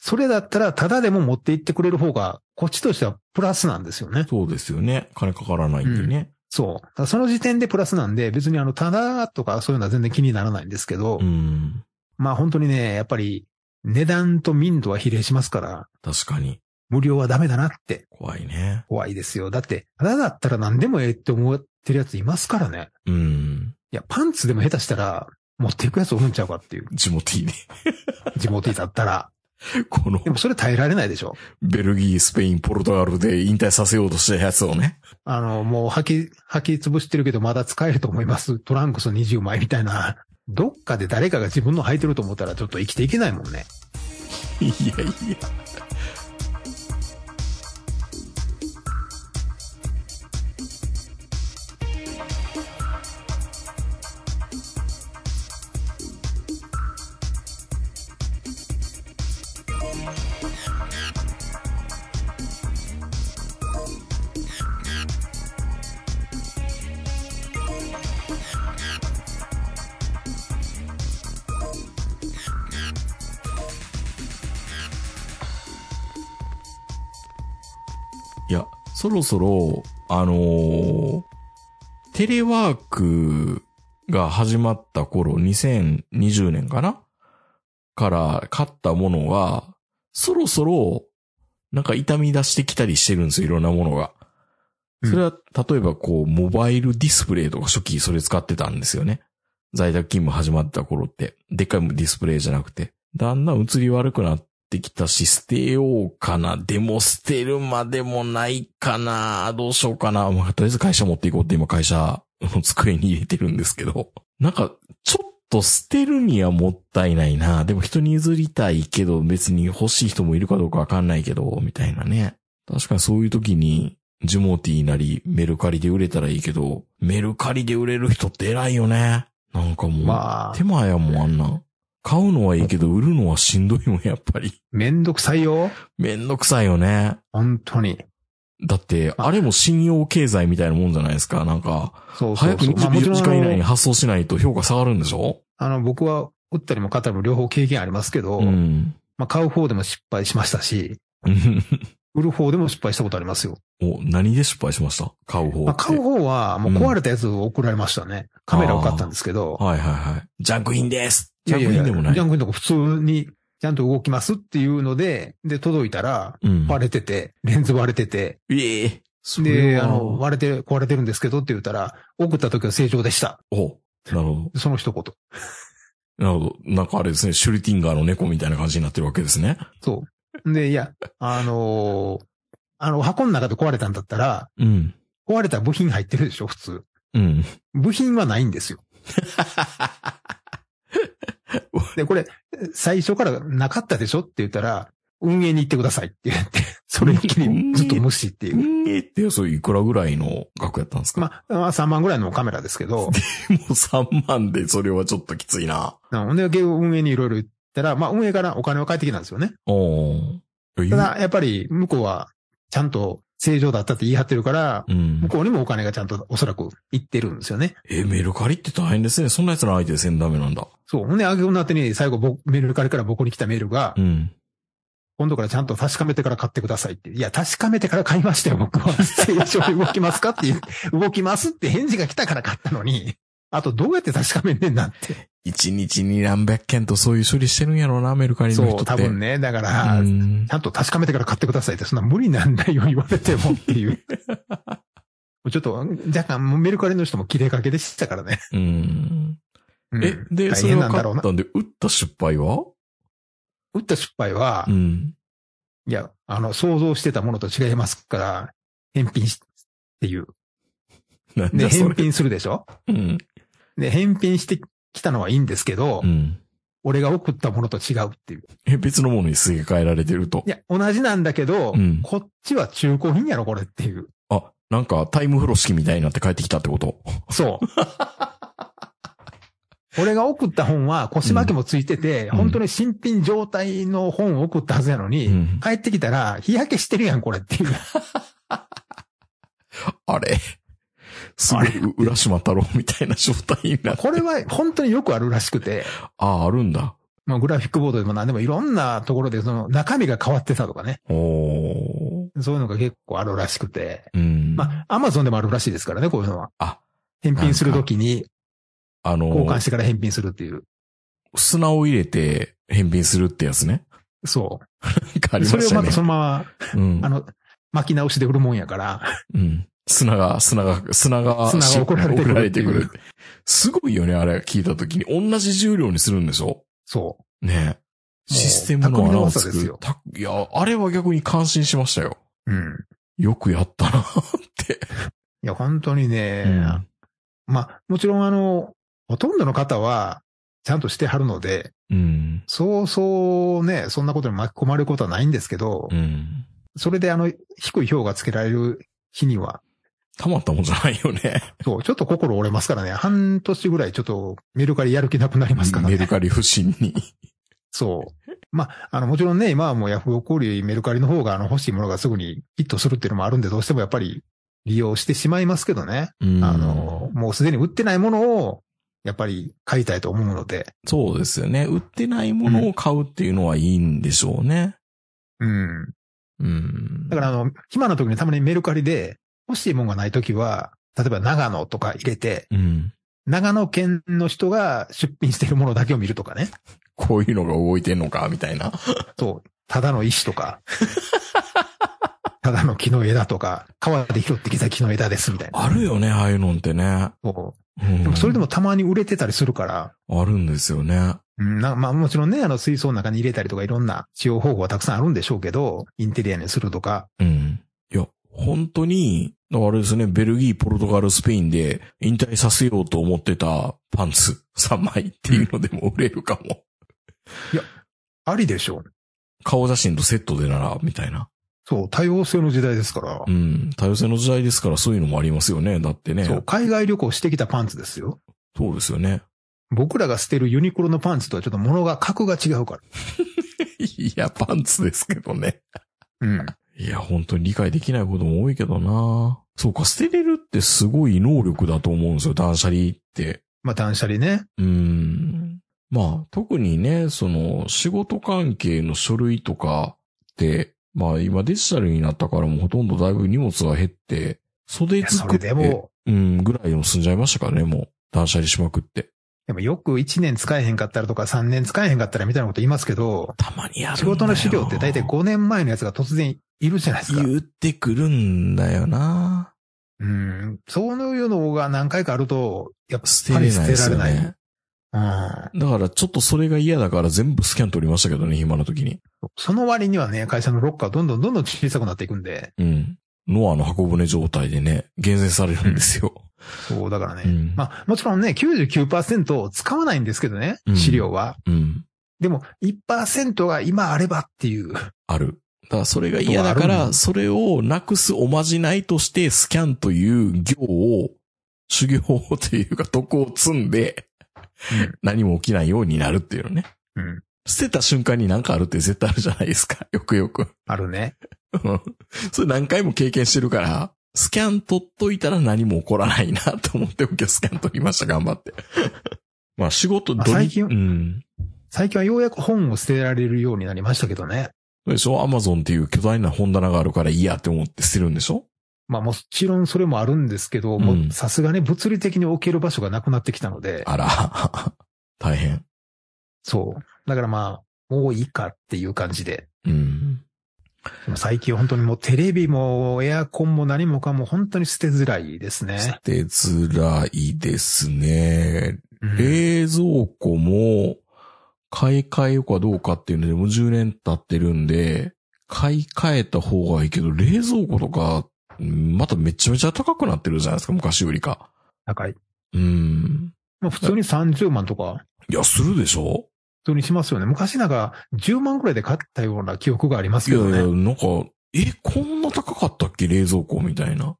C: それだったらタダでも持って行ってくれる方が、こっちとしてはプラスなんですよね。
B: そうですよね。金かからないっていうね。
C: そう。だからその時点でプラスなんで、別にあの、タダとかそういうのは全然気にならないんですけど、
B: うん。
C: まあ本当にね、やっぱり値段と民度は比例しますから、
B: 確かに。
C: 無料はダメだなって
B: 怖いね。
C: 怖いですよ。だって、タダだったら何でもええって思ってるやついますからね。
B: うん。
C: いや、パンツでも下手したら、持っていくやつおるんちゃうかっていう、
B: ジモティね。
C: 地元にだった ら。
B: この
C: でもそれ耐えられないでしょ。
B: ベルギー、スペイン、ポルトガルで引退させようとしたやつをね。
C: あの、もう吐き、吐き潰してるけどまだ使えると思います。トランクス20枚みたいな。どっかで誰かが自分の履いてると思ったらちょっと生きていけないもんね。
B: いやいや。いや、そろそろ、あのーテレワークが始まった頃、2020年かなから買ったものが、そろそろ、なんか痛み出してきたりしてるんですよ、いろんなものが。
C: うん
B: それは、例えばこう、モバイルディスプレイとか初期それ使ってたんですよね。在宅勤務始まった頃って、でっかいディスプレイじゃなくて、だんだん映り悪くなってきたし、捨てようかな。でも捨てるまでもないかな。どうしようかな。まあ、とりあえず会社持っていこうって今会社の机に入れてるんですけど、 なんか、ちょっと捨てるにはもったいないな。でも人に譲りたいけど、別に欲しい人もいるかどうかわかんないけど、みたいなね。確かにそういう時に、ジモーティーなり、メルカリで売れたらいいけど、メルカリで売れる人って偉いよね。なんかもう。
C: まあ
B: 手、間やもん、あんなん。買うのはいいけど、売るのはしんどいもん、やっぱり。
C: めんどくさいよ。
B: めんどくさいよね。
C: 本当に。
B: だって、あれも信用経済みたいなもんじゃないですか。なんか、
C: そうそうそ
B: 早
C: う。
B: く
C: まあもちろ
B: 24
C: ん
B: 時
C: あ
B: 間以内に
C: の、
B: 発送しないと評価下がるんでしょ
C: あの僕は打ったりも肩りも両方経験ありますけど、
B: うん。
C: まあ買う方でも失敗しましたし、
B: うん
C: 売る方でも失敗したことありますよ。
B: お、何で失敗しました買う方って。
C: まあ、買う方は、もう壊れたやつを送られましたね。カメラを買ったんですけど。
B: はいはいはい。ジャンクインです
C: い
B: ジ
C: や
B: ャ
C: いや
B: ンクインでもない。
C: ジャンクインとか普通に、ちゃんと動きますっていうので、で、届いたら、
B: うん。
C: 割れてて、レンズ割れてて、
B: ええ。それ
C: で、
B: は
C: あの、割れて、壊れてるんですけどって言ったら、送った時は正常でした。
B: お、なるほど。
C: その一言。
B: なるほど。なんかあれですね、シュルティンガーの猫みたいな感じになってるわけですね。
C: そう。で、いや、あのーあの、箱の中で壊れたんだったら、
B: うん。
C: 壊れた部品入ってるでしょ、普通。
B: うん。
C: 部品はないんですよ。で、これ、最初からなかったでしょって言ったら、運営に行ってくださいって言って、それっきりずっと無視っていう。
B: 運営って、そういくらぐらいの額やったんですか、
C: まあ、まあ、3万ぐらいのカメラですけど、
B: もう3万でそれはちょっときついな。
C: うんほんで、結構運営にいろいろ言ったら、まあ、運営からお金は返ってきたんですよね。
B: おた
C: ただ、やっぱり、向こうは、ちゃんと正常だったって言い張ってるから、
B: うん
C: 向。こうにもお金がちゃんとおそらく行ってるんですよね。
B: え、メルカリって大変ですね。そんな奴ら相手でせんダメなんだ。
C: そう。ほんで、あげ女手に最後、僕メールからから僕に来たメールが、
B: ん。
C: 今度からちゃんと確かめてから買ってくださいって。いや、確かめてから買いましたよ、僕は。正常に動きますかっていう、動きますって返事が来たから買ったのに、あとどうやって確かめんねんなって。
B: 一日に何百件とそういう処理してるんやろうな、メルカリの人
C: そう、
B: って。
C: 多分ね。だから、
B: う
C: ち
B: ん
C: ゃんと確かめてから買ってくださいって、そんな無理なんだよ、言われてもっていう。もうちょっと、若干、もうメルカリの人も切れかけでしたからね。
B: うん。
C: うん
B: え、で、
C: 大
B: それ
C: 変
B: は
C: なんだ
B: 買
C: ろうな
B: っ。たんで、打った失敗は
C: 打った失敗は、
B: うん。
C: いや、あの、想像してたものと違いますから、返品し、っていう。
B: なん
C: で、
B: だそ
C: 返
B: れ。
C: 品するでしょ
B: うん。
C: で、返品してきたのはいいんですけど、
B: うん。
C: 俺が送ったものと違うっていう。
B: え、別のものにすげ替えられてると
C: い。や、同じなんだけど、
B: うん
C: こっちは中古品やろ、これって いう。
B: あ、なんかタイム風呂式みたいになって帰ってきたってこと
C: そう。俺が送った本は腰巻きもついてて、
B: ん
C: 本当に新品状態の本を送ったはずやのに、
B: うん
C: 帰ってきたら日焼けしてるやん、これっていう。
B: あれすご
C: あ
B: い、う浦島太郎みたいな状態になって。
C: これは本当によくあるらしくて、
B: ああ、あるんだ。
C: まあ、グラフィックボードでも何でもいろんなところでその中身が変わってたとかね、
B: おー。
C: そういうのが結構あるらしくて、
B: うん。
C: まあ、アマゾンでもあるらしいですからね、こういうのは。
B: あ、
C: 返品するときに
B: あの、
C: 交換してから返品するっていう。
B: 砂を入れて返品するってやつね。
C: そ
B: なんかあ
C: う。
B: り
C: そ
B: ま
C: れを
B: した
C: ま
B: ね
C: た。そのま
B: うん
C: ま、あ。の、巻き直しで売るもんやから、
B: うん。砂が、砂が、砂が、
C: 砂が送られてくる
B: 送っていうすごいよね、あれ聞いたときに。同じ重量にするんでしょ
C: そう。
B: ねえ。システムの穴を作る。たいや、あれは逆に感心しましたよ。
C: うん。
B: よくやったなって。
C: いや、本当にね、
B: うん
C: まあ、もちろんあの、ほとんどの方は、ちゃんとしてはるので、
B: うん。
C: そうそうね、そんなことに巻き込まれることはないんですけど、
B: うん。
C: それであの、低い評価つけられる日には、
B: たまったもんじゃないよね。
C: そう、ちょっと心折れますからね、半年ぐらいちょっとメルカリやる気なくなりますから
B: メル
C: ね。
B: カリ不振に。
C: そう。まあ、あの、もちろんね、今はもうヤフオクよりメルカリの方があの欲しいものがすぐにヒットするっていうのもあるんで、どうしてもやっぱり利用してしまいますけどね。
B: うん
C: あの、、もうすでに売ってないものを、やっぱり買いたいと思うので、
B: そうですよね。売ってないものを買うっていうのはいいんでしょうね。
C: うん。
B: うん。
C: だから、あの、暇な時にたまにメルカリで欲しいもんがない時は、例えば長野とか入れて、
B: うん。
C: 長野県の人が出品してるものだけを見るとかね。
B: こういうのが動いてんのか、みたいな。
C: そう。ただの石とか。 ただの木の枝とか、川で拾ってきた木の枝ですみたいな。
B: あるよね、ああいうのってね。
C: そうう。
B: ん
C: でもそれでもたまに売れてたりするから、
B: あるんですよね。
C: うん、なまあもちろんね、あの水槽の中に入れたりとかいろんな使用方法はたくさんあるんでしょうけど、インテリアにするとか、
B: うん。いや、本当に、だからあれですね、ベルギー、ポルトガル、スペインで引退させようと思ってたパンツ3枚っていうのでも売れるかも。
C: ありでしょう。
B: 顔写真とセットでなら、みたいな。
C: そう、多様性の時代ですから
B: う。ん。多様性の時代ですからそういうのもありますよね。だってね。
C: そう、。海外旅行してきたパンツですよ。
B: そうですよね。
C: 僕らが捨てるユニクロのパンツとはちょっと物が格が違うか
B: いや、パンツですけどね。
C: ら。うん。
B: いや、本当に理解できないことも多いけどなそうか、捨てれるってすごい能力だと思うんですよ、断捨離って。
C: まあ断捨離ね。
B: うーんまあ、特にね、その、仕事関係の書類とかって、まあ今デジタルになったからもうほとんどだいぶ荷物が減って、袖
C: いやそ
B: 作
C: れ
B: って、
C: でも、
B: うん、ぐらいでも済んじゃいましたからね、もう。断捨離しまくって。
C: でもよく1年使えへんかったらとか3年使えへんかったらみたいなこと言いますけど、
B: たまにやるんだよ。
C: 仕事の資料って大体5年前のやつが突然いるじゃないですか。
B: 言ってくるんだよな
C: うん。そういうのが何回かあると、やっ
B: 捨てれないですよ
C: 捨てられな
B: ね
C: い。ぱ、うん。
B: だからちょっとそれが嫌だから全部スキャン取りましたけどね、暇な時に。
C: その割にはね、会社のロッカーどんどんどんどん小さくなっていくんで、
B: うん。ノアの箱舟状態でね、厳選されるんで すよ。
C: そう、だからね。
B: うん
C: まあ、もちろんね、99%を使わないんですけどね
B: う、ん
C: 資料は。
B: うん。
C: でも、1%が今あればっていう。
B: ある。だからそれが嫌だか
C: ことはある
B: ら、それをなくすおまじないとして、スキャンという行を、修行というか、徳を積んで、何も起きないようになるっていうのね。
C: うん。うん。
B: 捨てた瞬間に何かあるって絶対あるじゃないですか。よくよく。
C: あるね。
B: うん それ何回も経験してるから、スキャン取っといたら何も起こらないなと思って、今日スキャン取りました、頑 張って。まあ仕事、
C: あ
B: 土日
C: 最近
B: うん。
C: 最近はようやく本を捨てられるようになりましたけどね。
B: そうでしょアマゾンっていう巨大な本棚があるからいいやって思って捨てるんでしょ
C: まあもちろんそれもあるんですけど、も
B: うん
C: うさすがに物理的に置ける場所がなくなってきたので、
B: あら、 大変。
C: そう。だからまあ、もういいかっていう感じで。
B: うん。
C: でも最近本当にもうテレビもエアコンも何もかも本当に捨てづらいです
B: 捨
C: ね。
B: てづらいですね。
C: うん
B: 冷蔵庫も、買い替えようかどうかっていうので、もう10年経ってるんで、買い替えた方がいいけど、冷蔵庫とか、まためちゃめちゃ高くなってるじゃないですか、昔よりか。
C: 高い。
B: うん。
C: まあ普通に30万とか、
B: いや、するでしょ
C: 普通にしますよね。昔なんか10万くらいで買ったような記憶があります
B: い
C: け
B: や
C: ど
B: いや、
C: ね。
B: なんか、え、こんな高かったっけ冷蔵庫みたいな。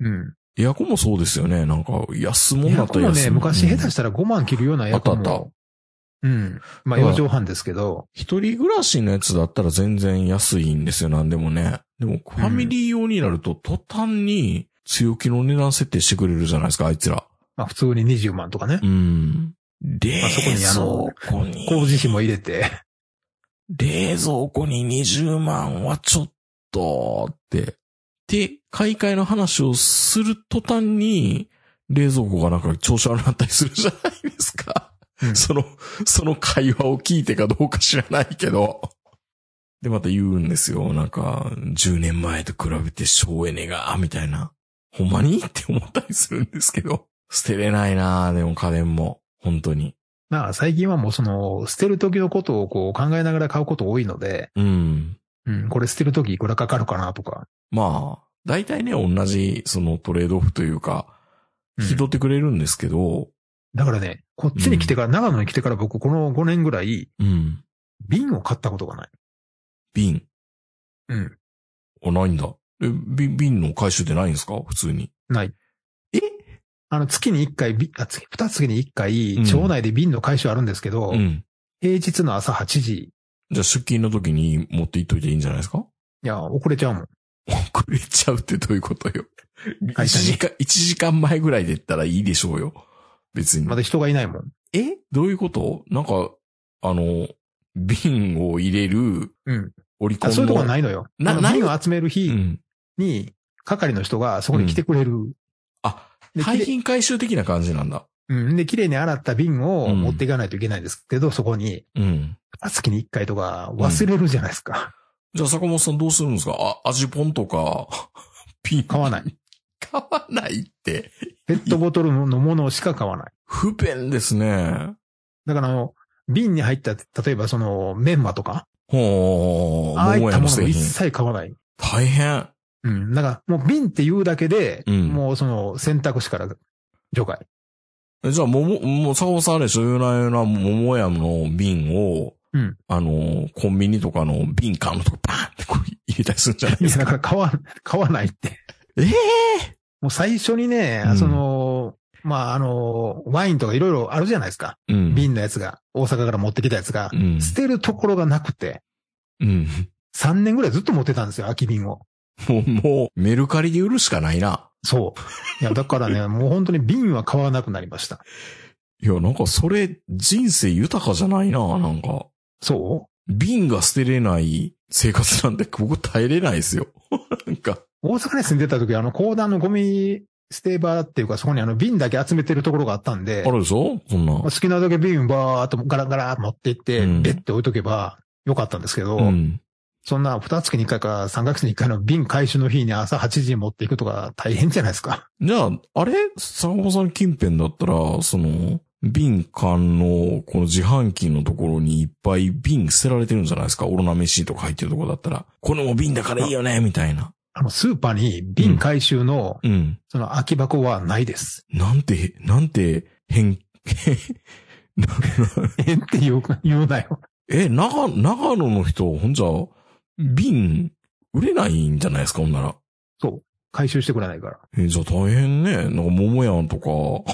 C: うん。
B: エアコンもそうですよね。なんか、安物
C: エ
B: だ
C: ア
B: った
C: コ
B: ら
C: ンも
B: 安
C: ね、
B: 物
C: 昔下手
B: うん
C: したら5万切るようなエアコンも。
B: あったあっ
C: うん。まあ
B: うん
C: 4畳半ですけど、
B: 一人暮らしのやつだったら全然安いんですよ、なんでもね。でも、ファミリー用になると、途端に強気の値段設定してくれるじゃないですか、あいつら。
C: まあ普通に20万とかね
B: う。ん。冷
C: まあそこにあ
B: 蔵
C: の
B: 庫に、
C: 工事費も入れて。
B: 冷蔵庫に20万はちょっと、って。で、買い替えの話をする途端に、冷蔵庫がなんか調子悪くなったりするじゃないですか。
C: うん
B: その、その会話を聞いてかどうか知らないけど。で、また言うんですよ。なんか、10年前と比べて省エネが、みたいな。ほんまにって思ったりするんですけど。捨てれないなでも家電も。本当に。
C: まあ最近はもうその、捨てる時のことをこう考えながら買うこと多いので、
B: うん。
C: うん、これ捨てる時いくらかかるかなとか。
B: まあ、大体ね、同じ、そのトレードオフというか、
C: うん
B: 引き取ってくれるんですけど、
C: だからね、こっちに来てから、長野に来てから僕この5年ぐらい、
B: うん。
C: 瓶を買ったことがない。
B: 瓶。
C: うん。
B: あ、ないんだ。え、瓶、瓶の回収ってないんですか普通に。
C: ない。
B: え
C: あの、月に1回、びあ、月、2月に1回
B: うん、
C: 町内で瓶の回収あるんですけど、
B: うん。
C: 平日の朝8時、
B: じゃあ出勤の時に持っていっといていいんじゃないですか
C: いや、遅れちゃうもん。
B: 遅れちゃうってどういうことよ。1
C: 会社に
B: 時間、一時間前ぐらいで言ったらいいでしょうよ。別に。
C: まだ人がいないもん。
B: えどういうことなんか、あの、瓶を入れる、
C: うん。
B: 折り込
C: あ
B: む。。
C: そういうとこはないいのよ。
B: な
C: あの
B: ない
C: 瓶を集める
B: う
C: 日
B: ん。
C: に、係の人がそこに来てくれる。
B: あ、
C: でき
B: 廃
C: れい
B: 品回収的な感じなんだ。
C: うん。で、綺麗に洗った瓶を持っていかないといけないんですけど、そこに、
B: うん。
C: 月に1回とか忘れるじゃないです か。
B: じゃあ坂本さんどうするんですかあ、味ポンとか、 ピン。
C: 買わない。
B: 買わないって。
C: ペットボトルのものしか買わない。
B: 不便ですね。
C: だからあの、瓶に入った、例えばその、メンマとか、
B: ほー、
C: ああいっ
B: 桃
C: た
B: 屋
C: ものも
B: の製
C: 一
B: 品。
C: 切買わない。
B: 大変。
C: うん。だから、もう瓶って言うだけで、
B: うん
C: もうその、選択肢から除外。
B: えじゃあ、桃、もう坂本さんあれでしょ、夜な夜な桃屋の瓶を、
C: うん
B: あの、コンビニとかの瓶缶のとこバーンってこう入れたりするんじゃない
C: い
B: で
C: や、
B: す
C: だか
B: か。
C: ら買わ、 買わないって。
B: ええ
C: もう最初にね、
B: うん
C: その、まあ、あの、ワインとかいろいろあるじゃないですか。
B: うん。
C: 瓶のやつが、大阪から持ってきたやつが
B: う、ん。
C: 捨てるところがなくて、
B: うん。
C: 3年ぐらいずっと持ってたんですよ、空き瓶を。
B: もう、もう、メルカリで売るしかないな。
C: そう。いや、だからね、もう本当に瓶は買わなくなりました。
B: いや、なんかそれ、人生豊かじゃないな、なんか。
C: そう
B: 瓶が捨てれない生活なんて僕耐えれないですよ。 なんか。
C: 大阪に住んでた時、あの、公団のゴミ捨て場っていうか、そこにあの、瓶だけ集めてるところがあったんで、
B: あるでしょそんな
C: まあ好。きなだけ瓶バーっとガラガラ持って行って、
B: うん
C: ベッて置いとけばよかったんですけど、
B: うん。
C: そんな二月に一回か三月に一回の瓶回収の日に朝8時に持っていくとか大変じゃないですか。
B: じゃあ、あれ坂本さん近辺だったら、その、瓶缶の、この自販機のところにいっぱい瓶捨てられてるんじゃないですかオロナメシとか入ってるところだったら。これも瓶だからいいよねみたいな。
C: あの、スーパーに瓶回収の、
B: うん。
C: その空き箱はないです。
B: なんて、なんて、変、 なな
C: えって言う、言うなよ。
B: え、長、長野の人、ほんじゃ、瓶、売れないんじゃないですかほんなら。
C: 回収してくれないから。
B: え、じゃあ大変ね。なんか桃やんとか、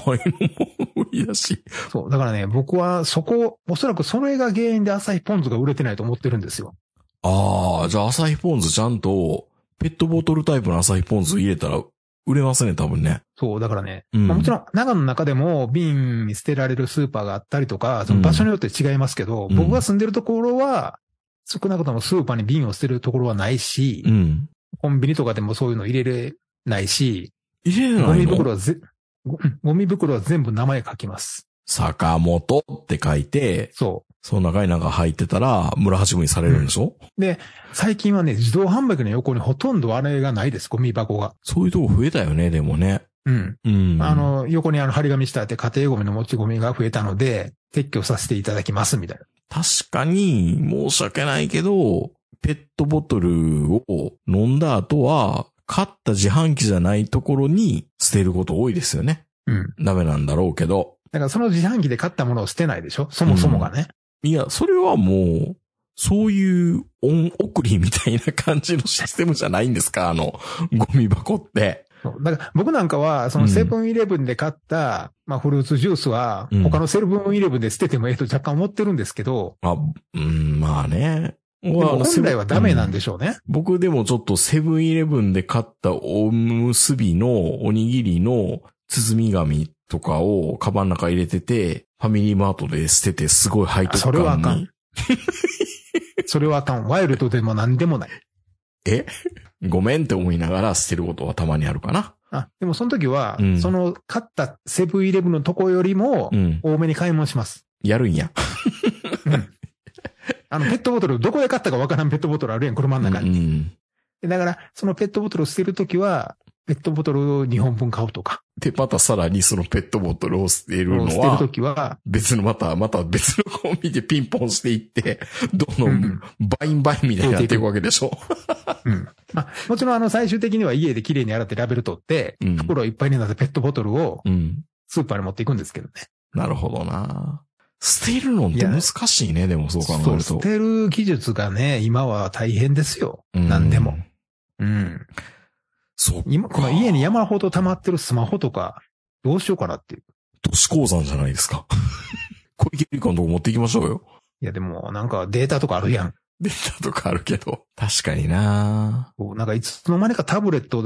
B: ああ いうのも無理だし。
C: そう。だからね、僕はそこ、おそらくそれが原因で朝日ポン酢が売れてないと思ってるんですよ。
B: ああ、じゃあアサヒポン酢ちゃんと、ペットボトルタイプのアサヒポン酢入れたら売れますね、多分ね。
C: そう、だからね、
B: うん
C: まあもちろん、長野の中でも瓶に捨てられるスーパーがあったりとか、その場所によって違いますけど、
B: うん
C: 僕が住んでるところは、少なくともスーパーに瓶を捨てるところはないし、
B: うん。
C: コンビニとかでもそういうの入れれないし、
B: 入れ
C: ゴ
B: ない
C: ミ
B: の
C: 袋はぜ、ごゴミ袋は全部名前書きます。
B: 坂本って書いて、
C: そ
B: その中になんか入ってたら、村八分にされるんでしょ、
C: う。最近はね、自動販売機の横にほとんどあれがないです、ゴミ箱が。
B: そういうとこ増えたよね、でもね。
C: うん。
B: うん。
C: あ、の、横にあの、張り紙したって家庭ゴミの持ちゴミが増えたので、撤去させていただきます、みたいな。
B: 確かに、申し訳ないけど、ペットボトルを飲んだ後は、買った自販機じゃないところに捨てること多いですよね。
C: うん。
B: ダメなんだろうけど。
C: だからその自販機で買ったものを捨てないでしょそもそもがね。
B: いや、それはもう、そういうオン送りみたいな感じのシステムじゃないんで すかあの、ゴミ箱って。
C: そうだから僕なんかは、そのセブンイレブンで買った、まあフルーツジュースは
B: うん、
C: 他のセブンイレブンで捨ててもええと若干思ってるんですけど、
B: あ、うん、まあね。で
C: でも本来はダメなんでしょうね。
B: 僕でもちょっとセブンイレブンで買ったおむすびのおにぎりの包み紙とかをカバンの中入れてて、ファミリーマートで捨ててすごい背徳感に。
C: それはあかん。それはあかん。ワイルドでも何でもない。
B: えごめんって思いながら捨てることはたまにあるかな。
C: あ、でもその時は、
B: うん
C: その買ったセブンイレブンのとこよりも
B: う、ん。
C: 多めに買い物します。
B: やるんや。
C: あの、ペットボトル、どこで買ったかわからんペットボトルあるやん、車の中
B: う
C: に。
B: ん。
C: だから、そのペットボトルを捨てるときは、ペットボトルを2本分買うとか、
B: で、またさらにそのペットボトルを捨てる
C: 捨
B: の
C: てると
B: は、
C: きは、
B: 別のまた、また別のコンビニでピンポンしていって、どんど
C: うん
B: んバインバインみたいになっていくわけでしょ。
C: うん。まあ、もちろんあの最終的には家で綺麗に洗ってラベル取って、
B: うん
C: 袋いっぱいになったペットボトルを
B: うん。
C: スーパーに持っていくんですけどね。
B: なるほどな。捨てるのって難しいね、でもそう考えると。
C: そう捨てる技術がね、今は大変ですよ。
B: うん
C: 何でも。。うん。
B: そう。
C: 今、まあ家に山ほど溜まってるスマホとか、どうしようかなっていう。
B: 都市鉱山じゃないですか。 小池百合子のとこ持っていきましょうよ。
C: いやでも、なんかデータとかあるやん。
B: データとかあるけど。確かにな
C: こうなんかいつの間にかタブレット、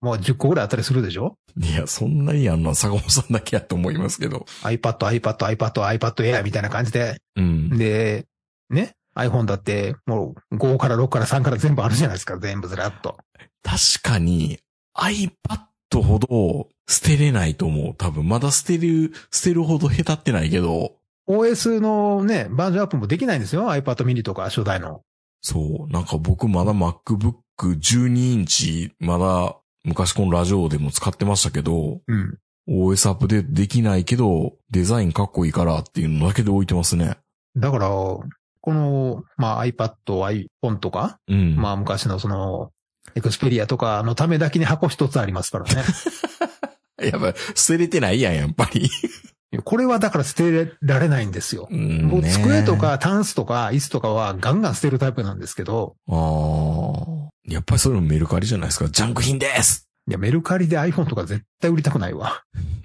C: もう10個ぐらいあったりするでしょ
B: いや、そんなにあんのは坂本さんだけやと思いますけど。
C: ?iPad、iPad、iPad、iPad Air みたいな感じで。
B: うん。
C: で、ね iPhone だって、もう5から6から3から全部あるじゃないですか。全部ずらっと。
B: 確かに iPad ほど捨てれないと思う。多分まだ捨てる、捨てるほど下手ってないけど。
C: OS のね、バージョンアップもできないんですよ。iPad mini とか初代の。
B: そう。なんか僕まだ MacBook 12インチ、まだ昔このラジオでも使ってましたけど、
C: うん。
B: OS アップデートできないけど、デザインかっこいいからっていうのだけで置いてますね。
C: だから、この、まあ iPad、iPhone とか、
B: うん。
C: まあ昔のその、エクスペリアとかのためだけに箱一つありますからね。
B: やっぱ、捨てれてないやん、やっぱ り。
C: いやこれはだから捨てられないんですよ。
B: うん
C: もう
B: ね
C: 机と。かタンスとか椅子とかはガンガン捨てるタイプなんですけど、
B: ああ。やっぱりそれもメルカリじゃないですか。ジャンク品です
C: いや、メルカリで iPhone とか絶対売りたくないわ。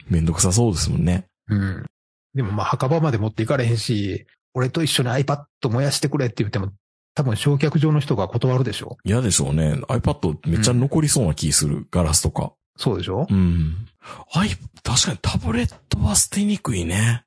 B: めんどくさそうですもんね。
C: うん。でもまあ墓場まで持っていかれへんし、俺と一緒に iPad 燃やしてくれって言っても、多分焼却場の人が断るでしょ
B: 嫌でしょうね。iPad めっちゃ残りそうな気する。ガラスとか。
C: そうでしょ
B: うん。あい、確かにタブレットは捨てにくいね。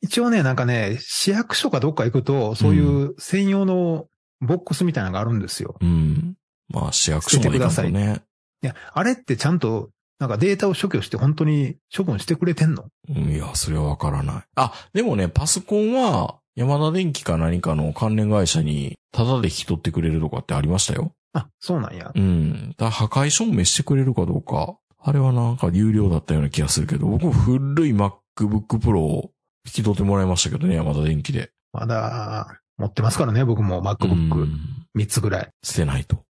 C: 一応ね、なんかね、市役所かどっか行くと、そういう専用のボックスみたいなのがあるんですよ。
B: うん。まあ、市役所まで行かんとね。
C: いや、あれってちゃんと、なんかデータを除去して本当に処分してくれてんの
B: うん、いや、それはわからない。あ、でもね、パソコンは、山田電機か何かの関連会社に、タダで引き取ってくれるとかってありましたよ。
C: あ、そうなんや
B: う。ん。だ破壊証明してくれるかどうか。あれはなんか有料だったような気がするけど、僕古い MacBook Pro を引き取ってもらいましたけどね、山田電機で。
C: まだ、持ってますからね、僕も
B: う
C: MacBook3
B: ん
C: つぐらい。
B: 捨てないと。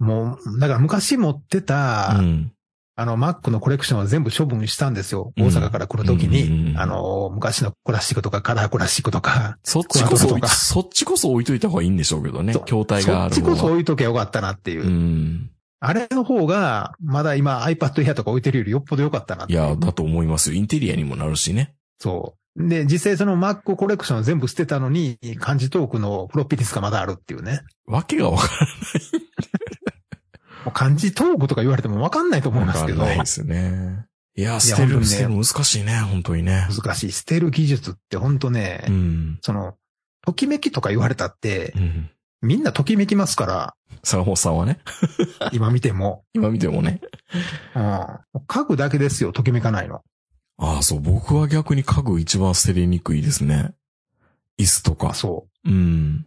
C: もう、だから昔持ってた、
B: うん。
C: あの Mac のコレクションは全部処分したんですよ。
B: うん
C: 大阪から来るときに、
B: うんうんうん
C: あの、昔のクラシックとかカラークラシックとか、
B: そっちこ
C: ス
B: そ
C: クワットと、か
B: そっちこそ置いといた方がいいんでしょうけどね
C: そう。
B: 筐体が
C: そ
B: あ
C: っ
B: る
C: ちこそ
B: 方が
C: 置いとけばよかったなっていう。
B: うん。
C: あれの方が、まだ今 iPad Air とか置いてるよりよっぽど良かったなって
B: いや、だと思いますよ。インテリアにもなるしね。
C: そう。で、実際その Mac コレクション全部捨てたのに、漢字トークのフロッピーディスクがまだあるっていうね。
B: わけがわか
C: もう漢字トークとか言われてもわかんないと思いますけ
B: ら
C: ど、
B: ないですね。いや、捨てる、
C: 本当にね
B: 捨てるの難しいね、本当にね。
C: 難しい。捨てる技術ってほんとね、
B: うん。
C: その、ときめきとか言われたって
B: う、ん。
C: みんなときめきますか
B: 坂本さんはね。
C: ら、今見ても。
B: 今見てもね。
C: うん。書くだけですよ、ときめかないの。
B: ああ、そう、僕は逆に家具一番捨てれにくいですね。椅子とか。
C: そ
B: うん。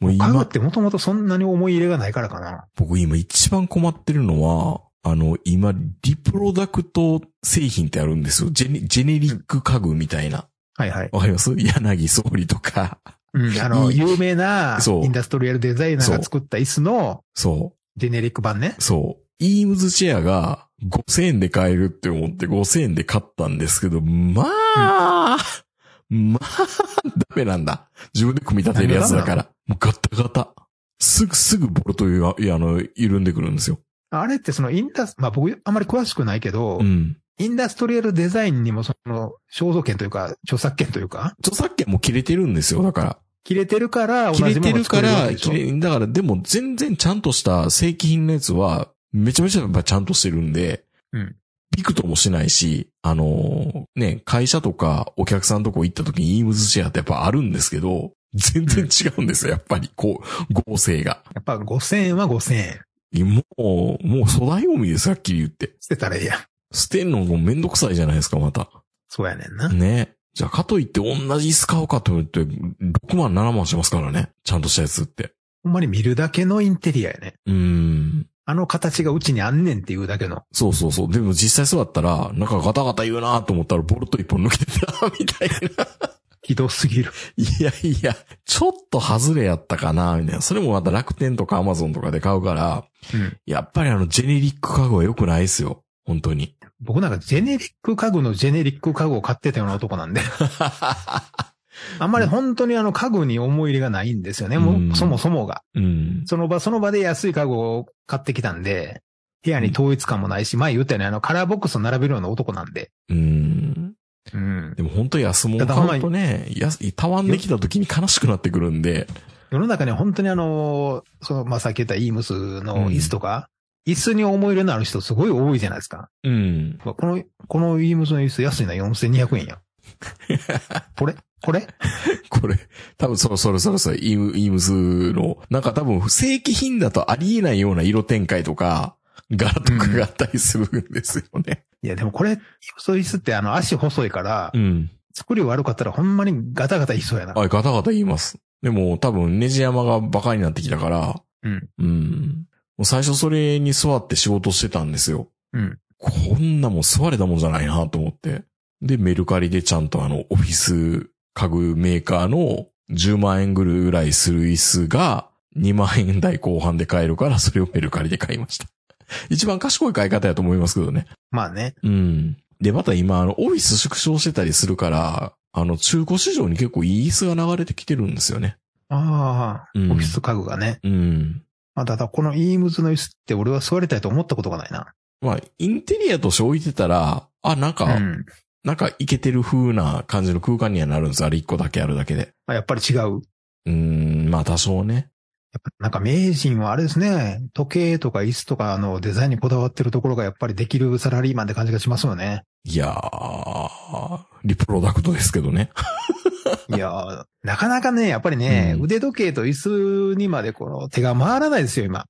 B: もう
C: う。家具っ
B: 今、
C: てもともとそんなに思い入れがないからかな。
B: 僕今一番困ってるのは、あの、今、リプロダクト製品ってあるんですよ。ジェネジェネリック家具みたいな。
C: はいはい。
B: わかります柳総理とか。
C: うん。あの、
B: いい
C: 有名な
B: そう
C: インダストリアルデザイナーが作った椅子の
B: そ
C: ジェネリック版ね
B: う、。そう。イームズチェアが5000円で買えるって思って5000円で買ったんですけど、まあ、まあ、ダメなんだ。自分で組み立てるやつだから。もうガタガタ。すぐ、すぐボルトがいや、あの、緩んでくるんですよ。
C: あれってそのインダス、まあ僕あんまり詳しくないけど、
B: うん。
C: インダストリアルデザインにもその肖像権というか、著作権というか、
B: 著作権も切れてるんですよ、だから。
C: 切れてるから
B: 切
C: 同
B: れ
C: じも
B: て
C: の
B: る
C: を作
B: か
C: れるわ
B: ら、
C: けでし
B: 切
C: ょ
B: れ、だからでも全然ちゃんとした正規品のやつは、めちゃめちゃちゃんとしてるんで、
C: うん
B: ビクともしないし、あのーね、会社とかお客さんとこ行った時にイームズシェアってやっぱあるんですけど、全然違うんですよ、やっぱり、こう、合成が。
C: やっぱ5000円は5000円。
B: もう、もう粗大ゴミです、はっきり言って。
C: 捨てたらええやん。
B: 捨てんのもめんどくさいじゃないですか、また。
C: そうやねんな。
B: ね。じゃあ、かといって同じ椅子買おうかと言って、6万、7万しますからね。ちゃんとしたやつって。
C: ほんまに見るだけのインテリアやね。
B: うーん。
C: あの形がうちにあんねんっていうだけの。
B: そうそうそう。でも実際座ったら、なんかガタガタ言うなと思ったら、ボルト一本抜けてた、 みたいな。
C: ひどすぎる。
B: いやいや、ちょっと外れやったかな、みたいな。それもまた楽天とかアマゾンとかで買うから、
C: うん。
B: やっぱりあの、ジェネリック家具は良くないですよ。本当に。
C: 僕なんかジェネリック家具のジェネリック家具を買ってたような男なんで。あんまり本当にあの家具に思い入れがないんですよね。もう
B: うん
C: そもそもが。
B: うん。
C: その場その場で安い家具を買ってきたんで、部屋に統一感もないし、前言ったよね、あのカラーボックスを並べるような男なんで。
B: うん。
C: うん。
B: でも本当安物買うとね、安い、たわんできた時に悲しくなってくるんで、
C: 世の中には本当にあの、その、まあ、さっき言ったイームスの椅子とか、椅子に思い入れのある人すごい多いじゃないですか。
B: うん。
C: この、このイームスの椅子安いな、4200円や。 これこれ
B: これ、多分そろそろそろそろイム、イムズの、なんか多分正規品だとありえないような色展開とか、柄とかがあったりするんですよね。
C: いや、でもこれ、イームスの椅子ってあの、足細いから、
B: ん。
C: 作り悪かったらほんまにガタガタいきそうやな。
B: あ、ガタガタ言います。でも多分ネジ山がバカになってきたから、
C: うん。
B: うん。もう最初それに座って仕事してたんですよ。
C: うん。
B: こんなもん座れたもんじゃないなと思って。で、メルカリでちゃんとあの、オフィス家具メーカーの10万円ぐらいする椅子が2万円台後半で買えるから、それをメルカリで買いました。 一番賢い買い方やと思いますけどね。
C: まあね。
B: うん。で、また今、あの、オフィス縮小してたりするから、あの、中古市場に結構いい椅子が流れてきてるんですよね。
C: ああ、
B: うん
C: オフィス家具がね。
B: うん。
C: まあ、ただこのイームズの椅子って俺は座りたいと思ったことがないな。
B: まあ、インテリアとして置いてたら、あ、なんか、
C: うん。
B: なんかイケてる風な感じの空間にはなるんですよ。あれ一個だけあるだけで。
C: あやっぱり違う。やっ
B: うーん、まあ多少ね。
C: ぱなんか名人はあれですね、時計とか椅子とかのデザインにこだわってるところがやっぱりできるサラリーマンって感じがしますよ ね。
B: いやー、リプロダクトですけどね。
C: いやー、なかなかね、やっぱりね、
B: うん
C: 腕時計と椅子にまでこの手が回らないですよ、今。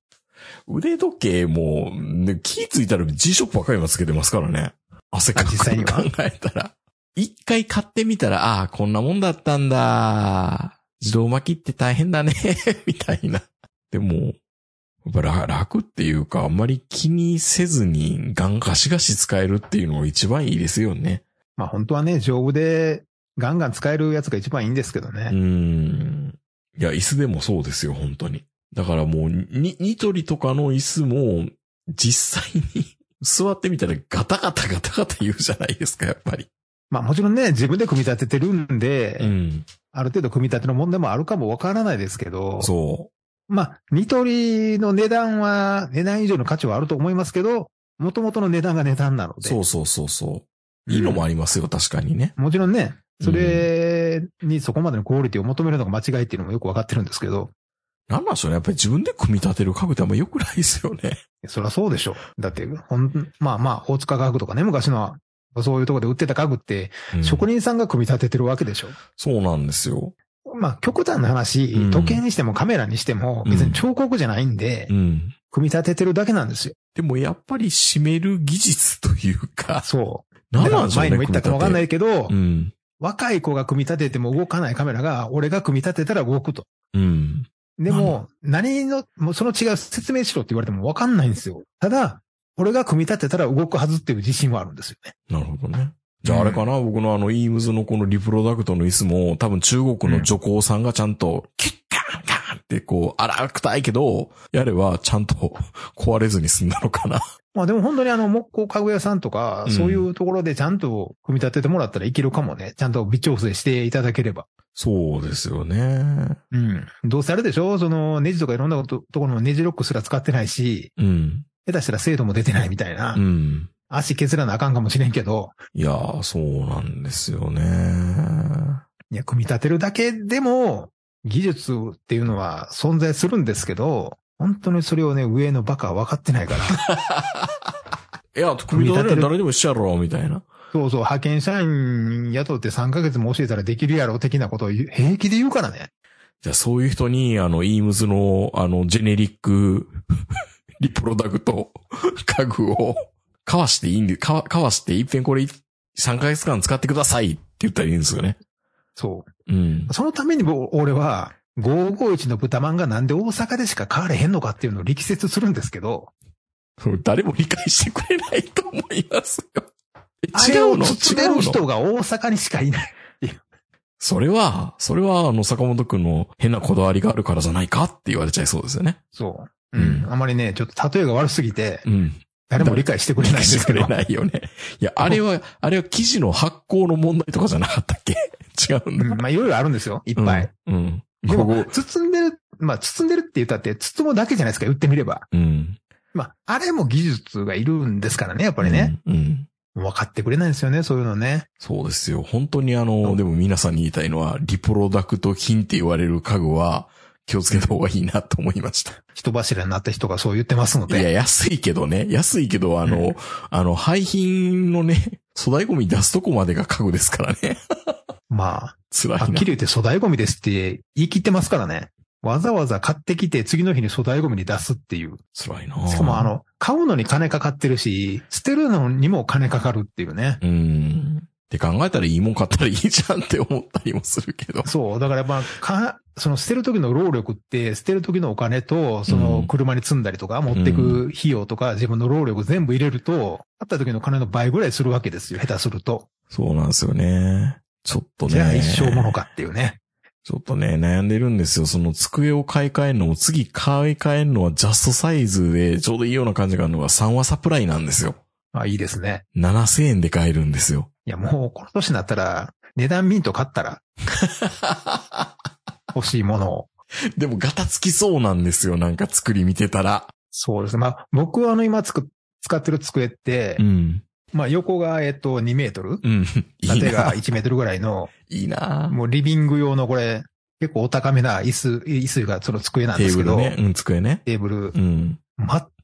B: 腕時計も、ね、気ついたら G ショップばかりはつけてますからね。汗か
C: あ
B: く
C: 実際には
B: 考えたら。一回買ってみたら、ああー、こんなもんだったんだ。自動巻きって大変だね。 みたいな。でも、やっぱら楽っていうか、あんまり気にせずにガンガシガシ使えるっていうのが一番いいですよね。
C: まあ本当はね、丈夫でガンガン使えるやつが一番いいんですけどね。
B: うーん。いや、椅子でもそうですよ、本当に。だからもう、に、ニトリとかの椅子も、実際に 座ってみたらガタガタガタガタ言うじゃないですか、やっぱり。
C: まあもちろんね、自分で組み立ててるんで、
B: ん。
C: ある程度組み立ての問題もあるかもわからないですけど、
B: そ
C: まあ、ニトリの値段は、値段以上の価値はあると思いますけど、元々の値段が値段なの
B: う。
C: で。
B: そうそうそうそう。いいのもありますよ、確かにね。
C: もちろんね、それにそこまでのクオリティを求めるのが間違いっていうのもよくわかってるんですけど、
B: なんなんでしょうね。やっぱり自分で組み立てる家具ってあんま良くないですよね。
C: そりゃそうでしょ。だって、ほん、まあまあ、大塚家具とかね、昔の、そういうところで売ってた家具って、
B: うん
C: 職人さんが組み立ててるわけでしょ。
B: そうなんですよ。
C: まあ、極端な話
B: うん、
C: 時計にしてもカメラにしても、別に彫刻じゃないんで
B: う、ん。
C: 組み立ててるだけなんですよ。
B: でもやっぱり締める技術というか、
C: そう。
B: 何
C: だか
B: なん
C: ら
B: でしょう
C: 前
B: ね。。
C: にも言ったかわかんないいけど
B: う、ん。
C: 若い子が組み立てても動かないカメラが、俺が組み立てたら動くと。
B: うん。
C: で
B: なん
C: も、何の、もうその違いを説明しろって言われてもわかんないんですよ。ただ、俺が組み立てたら動くはずっていう自信はあるんですよね。
B: なるほどね。じゃああれかな、僕のあの、イームズのこのリプロダクトの椅子も、多分中国の女工さんがちゃんと、キッカンカンってこう、荒くたいけど、やればちゃんと壊れずに済んだのかな。
C: まあでも本当にあの木工家具屋さんとか
B: う、ん
C: そういうところでちゃんと組み立ててもらったらいけるかもね。ちゃんと微調整していただければ。
B: そうですよね。
C: うん。どうせあれでしょそのネジとかいろんなことところのネジロックすら使ってないし、
B: うん。
C: 下手したら精度も出てないみたいな。
B: うん。
C: 足削らなあかんかもしれんけど、
B: いやー、そうなんですよね。
C: いや、組み立てるだけでも、技術っていうのは存在するんですけど、本当にそれをね、上のバカは分かってないから。
B: いや、組み立てるの誰でも一緒やろ、みたいな。
C: そうそう、派遣社員雇って3ヶ月も教えたらできるやろ、的なことを言う平気で言うからね。
B: じゃあ、そういう人に、あの、イームズの、あの、ジェネリック、 リプロダクト、家具を、かわしていいんで、かわ、かわして、いっぺんこれ、3ヶ月間使ってくださいって言ったらいいんですよね。
C: そ
B: うん
C: う。。そのために僕俺は、551の豚まんがなんで大阪でしか買われへんのかっていうのを力説するんですけど、
B: 誰も理解してくれないと思いますよ。え
C: あ
B: 違
C: れ
B: う
C: を
B: の
C: 包め
B: 違
C: る
B: うの
C: 人が大阪にしかいない。
B: それは、それは、あの、坂本くんの変なこだわりがあるからじゃないかって言われちゃいそうですよね。
C: そう。うん。あまりね、ちょっと例えが悪すぎて、
B: うん。
C: 誰も理解してくれないんですけ
B: 理
C: ど
B: 解してく。れないよね。いや、あれは、あれは記事の発行の問題とかじゃなかったっけ違うんだ。
C: うんまあいろいろあるんですよ。いっぱい。
B: うん。うん。
C: で
B: こ
C: も、
B: こ
C: 包んでる、まあ、包んでるって言ったって、包むだけじゃないですか、言ってみれば。
B: うん。
C: まあ、あれも技術がいるんですからね、やっぱりね。
B: うん。うん。
C: 分かってくれないんですよね、そういうのね。
B: そうですよ。本当にあの、でも皆さんに言いたいのは、リプロダクト品って言われる家具は、気をつけた方がいいなと思い ました。
C: 人柱になった人がそう言ってますの
B: いや、
C: で。
B: 安いけどね。安いけど、あの、
C: う
B: あの、廃品のね、粗大ゴミ出すとこまでが家具ですからね。
C: ま
B: 辛
C: あ、
B: い
C: はっ
B: な
C: き。り言って粗大ゴミですって言い切ってますからね。わざわざ買ってきて次の日に粗大ゴミに出すっていう。
B: 辛いな
C: しかもあ、の、買うのに金かかってるし、捨てるのにも金かかるっていうね。
B: うん。って考えたらいいもん買ったらいいじゃんって思ったりもするけど。
C: そう。だからやっぱ、か、その捨てる時の労力って、捨てる時のお金と、そうの
B: ん
C: 車に積んだりとか、持ってく費用とか、自分の労力全部入れると、あった時の金の倍ぐらいするわけですよ。下手すると。
B: そうなんですよね。ちょっとね。
C: じゃあ一生ものかっていうね。
B: ちょっとね、悩んでるんですよ。その机を買い替えるのも、次買い替えるのはジャストサイズで、ちょうどいいような感じがあるのが3話サプライなんですよ。
C: あ、いいですね。
B: 7000円で買えるんですよ。
C: いや、もうこの年になったら、値段ミント買ったら、欲しいものを。
B: でもガタつきそうなんですよ。なんか作り見てたら。
C: そうですね。まあ、僕はあの、今つく、使ってる机って、
B: うん。
C: まあ、横が、えっと、2メートル
B: うん。いい
C: 縦が
B: な。
C: 1メートルぐらいの、
B: いいな。
C: もうリビング用のこれ、結構お高めな椅子、椅子がその机なん
B: テ
C: で
B: ー
C: す
B: ブ
C: け
B: ル
C: ど、
B: ね。うん、机ね。
C: テーブル、
B: うん。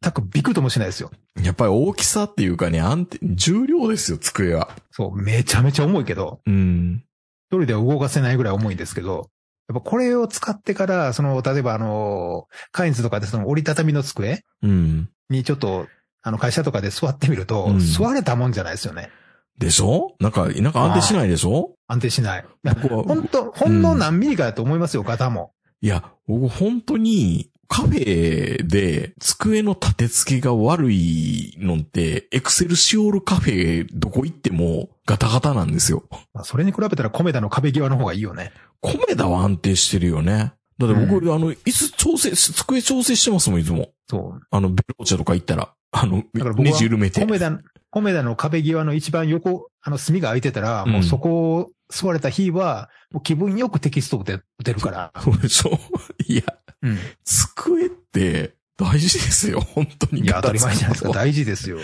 C: 全くビクともしないですよ。
B: やっぱり大きさっていうかね、安定、重量ですよ、机は。
C: そう、めちゃめちゃ重いけど、
B: うん。
C: 一人では動かせないぐらい重いんですけど、やっぱこれを使ってから、その、例えばあの、カインズとかでその折りたたみの机
B: うん。
C: にちょっと、あの、会社とかで座ってみると、
B: うん
C: 座れたもんじゃないですよね。
B: でしょなんか、なんか安定しないでしょ
C: 安定しない。
B: 僕は
C: 本当ほんの何ミリかだと思いますよ、型も。
B: いや、僕本当にカフェで机の立て付けが悪いのって、エクセルシオールカフェどこ行ってもガタガタなんですよ。
C: まあ、それに比べたらコメダの壁際の方がいいよね。
B: コメダは安定してるよね。だって僕、あの、椅子調整、机調整してますもん、いつも。
C: そう。
B: あの、ベローチェとか行ったら、あの、
C: から僕は
B: ネジ緩めて
C: コ。メダ、コメダの壁際の一番横、あの、隅が空いてたら、
B: うん
C: もうそこを座れた日は、もう気分よくテキストを出出るから。
B: そうでしょいや、
C: うん。
B: 机って大事ですよ、本当に。
C: いや、当たり前じゃないですか。
B: ガタつくことは
C: 大事ですよ。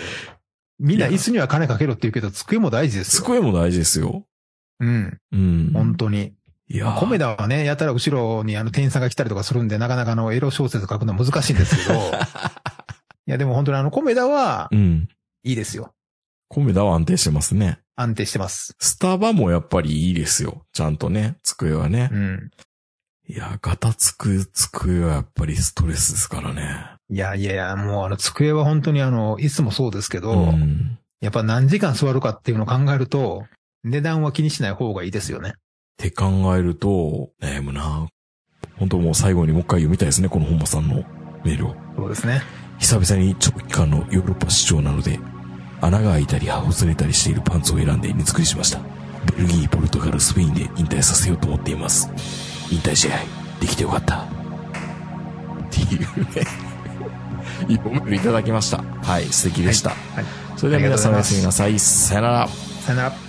C: みんな椅子には金かけろって言うけど、机も大事ですよ。
B: 机も大事ですよ。
C: うん。
B: うん。
C: 本当に。
B: いやー
C: コメダはね、やたら後ろにあの店員さんが来たりとかするんで、なかなかあのエロ小説書くの難しいんですけ ど。いや、でも本当にあのコメダは
B: うん。
C: いいですよ。
B: コメダは安定してますね。
C: 安定してます。
B: スタバもやっぱりいいですよ。ちゃんとね、机はね
C: う。ん。
B: いや、ガタつく机はやっぱりストレスですからね。
C: いやいやいや、もうあの机は本当にあの、いつもそうですけど、
B: うん。
C: やっぱ何時間座るかっていうのを考えると、値段は気にしない方がいいですよね。
B: って考えると、悩むな。本当もう最後にもう一回読みたいですね、この本間さんのメールを。
C: そうですね。
B: 久々に長期間のヨーロッパ市長なので、穴が開いたり、ほつれたりしているパンツを選んで荷造りしました。ベルギー、ポルトガル、スペインで引退させようと思っています。引退試合、できてよかった。っていうね、 いいおメールいただきました。はい、素敵でした。
C: はい。
B: それでは皆さん
C: あり
B: おや
C: がと
B: す
C: うござ
B: み
C: い
B: な
C: ま
B: さい。さよなら。
C: さよなら。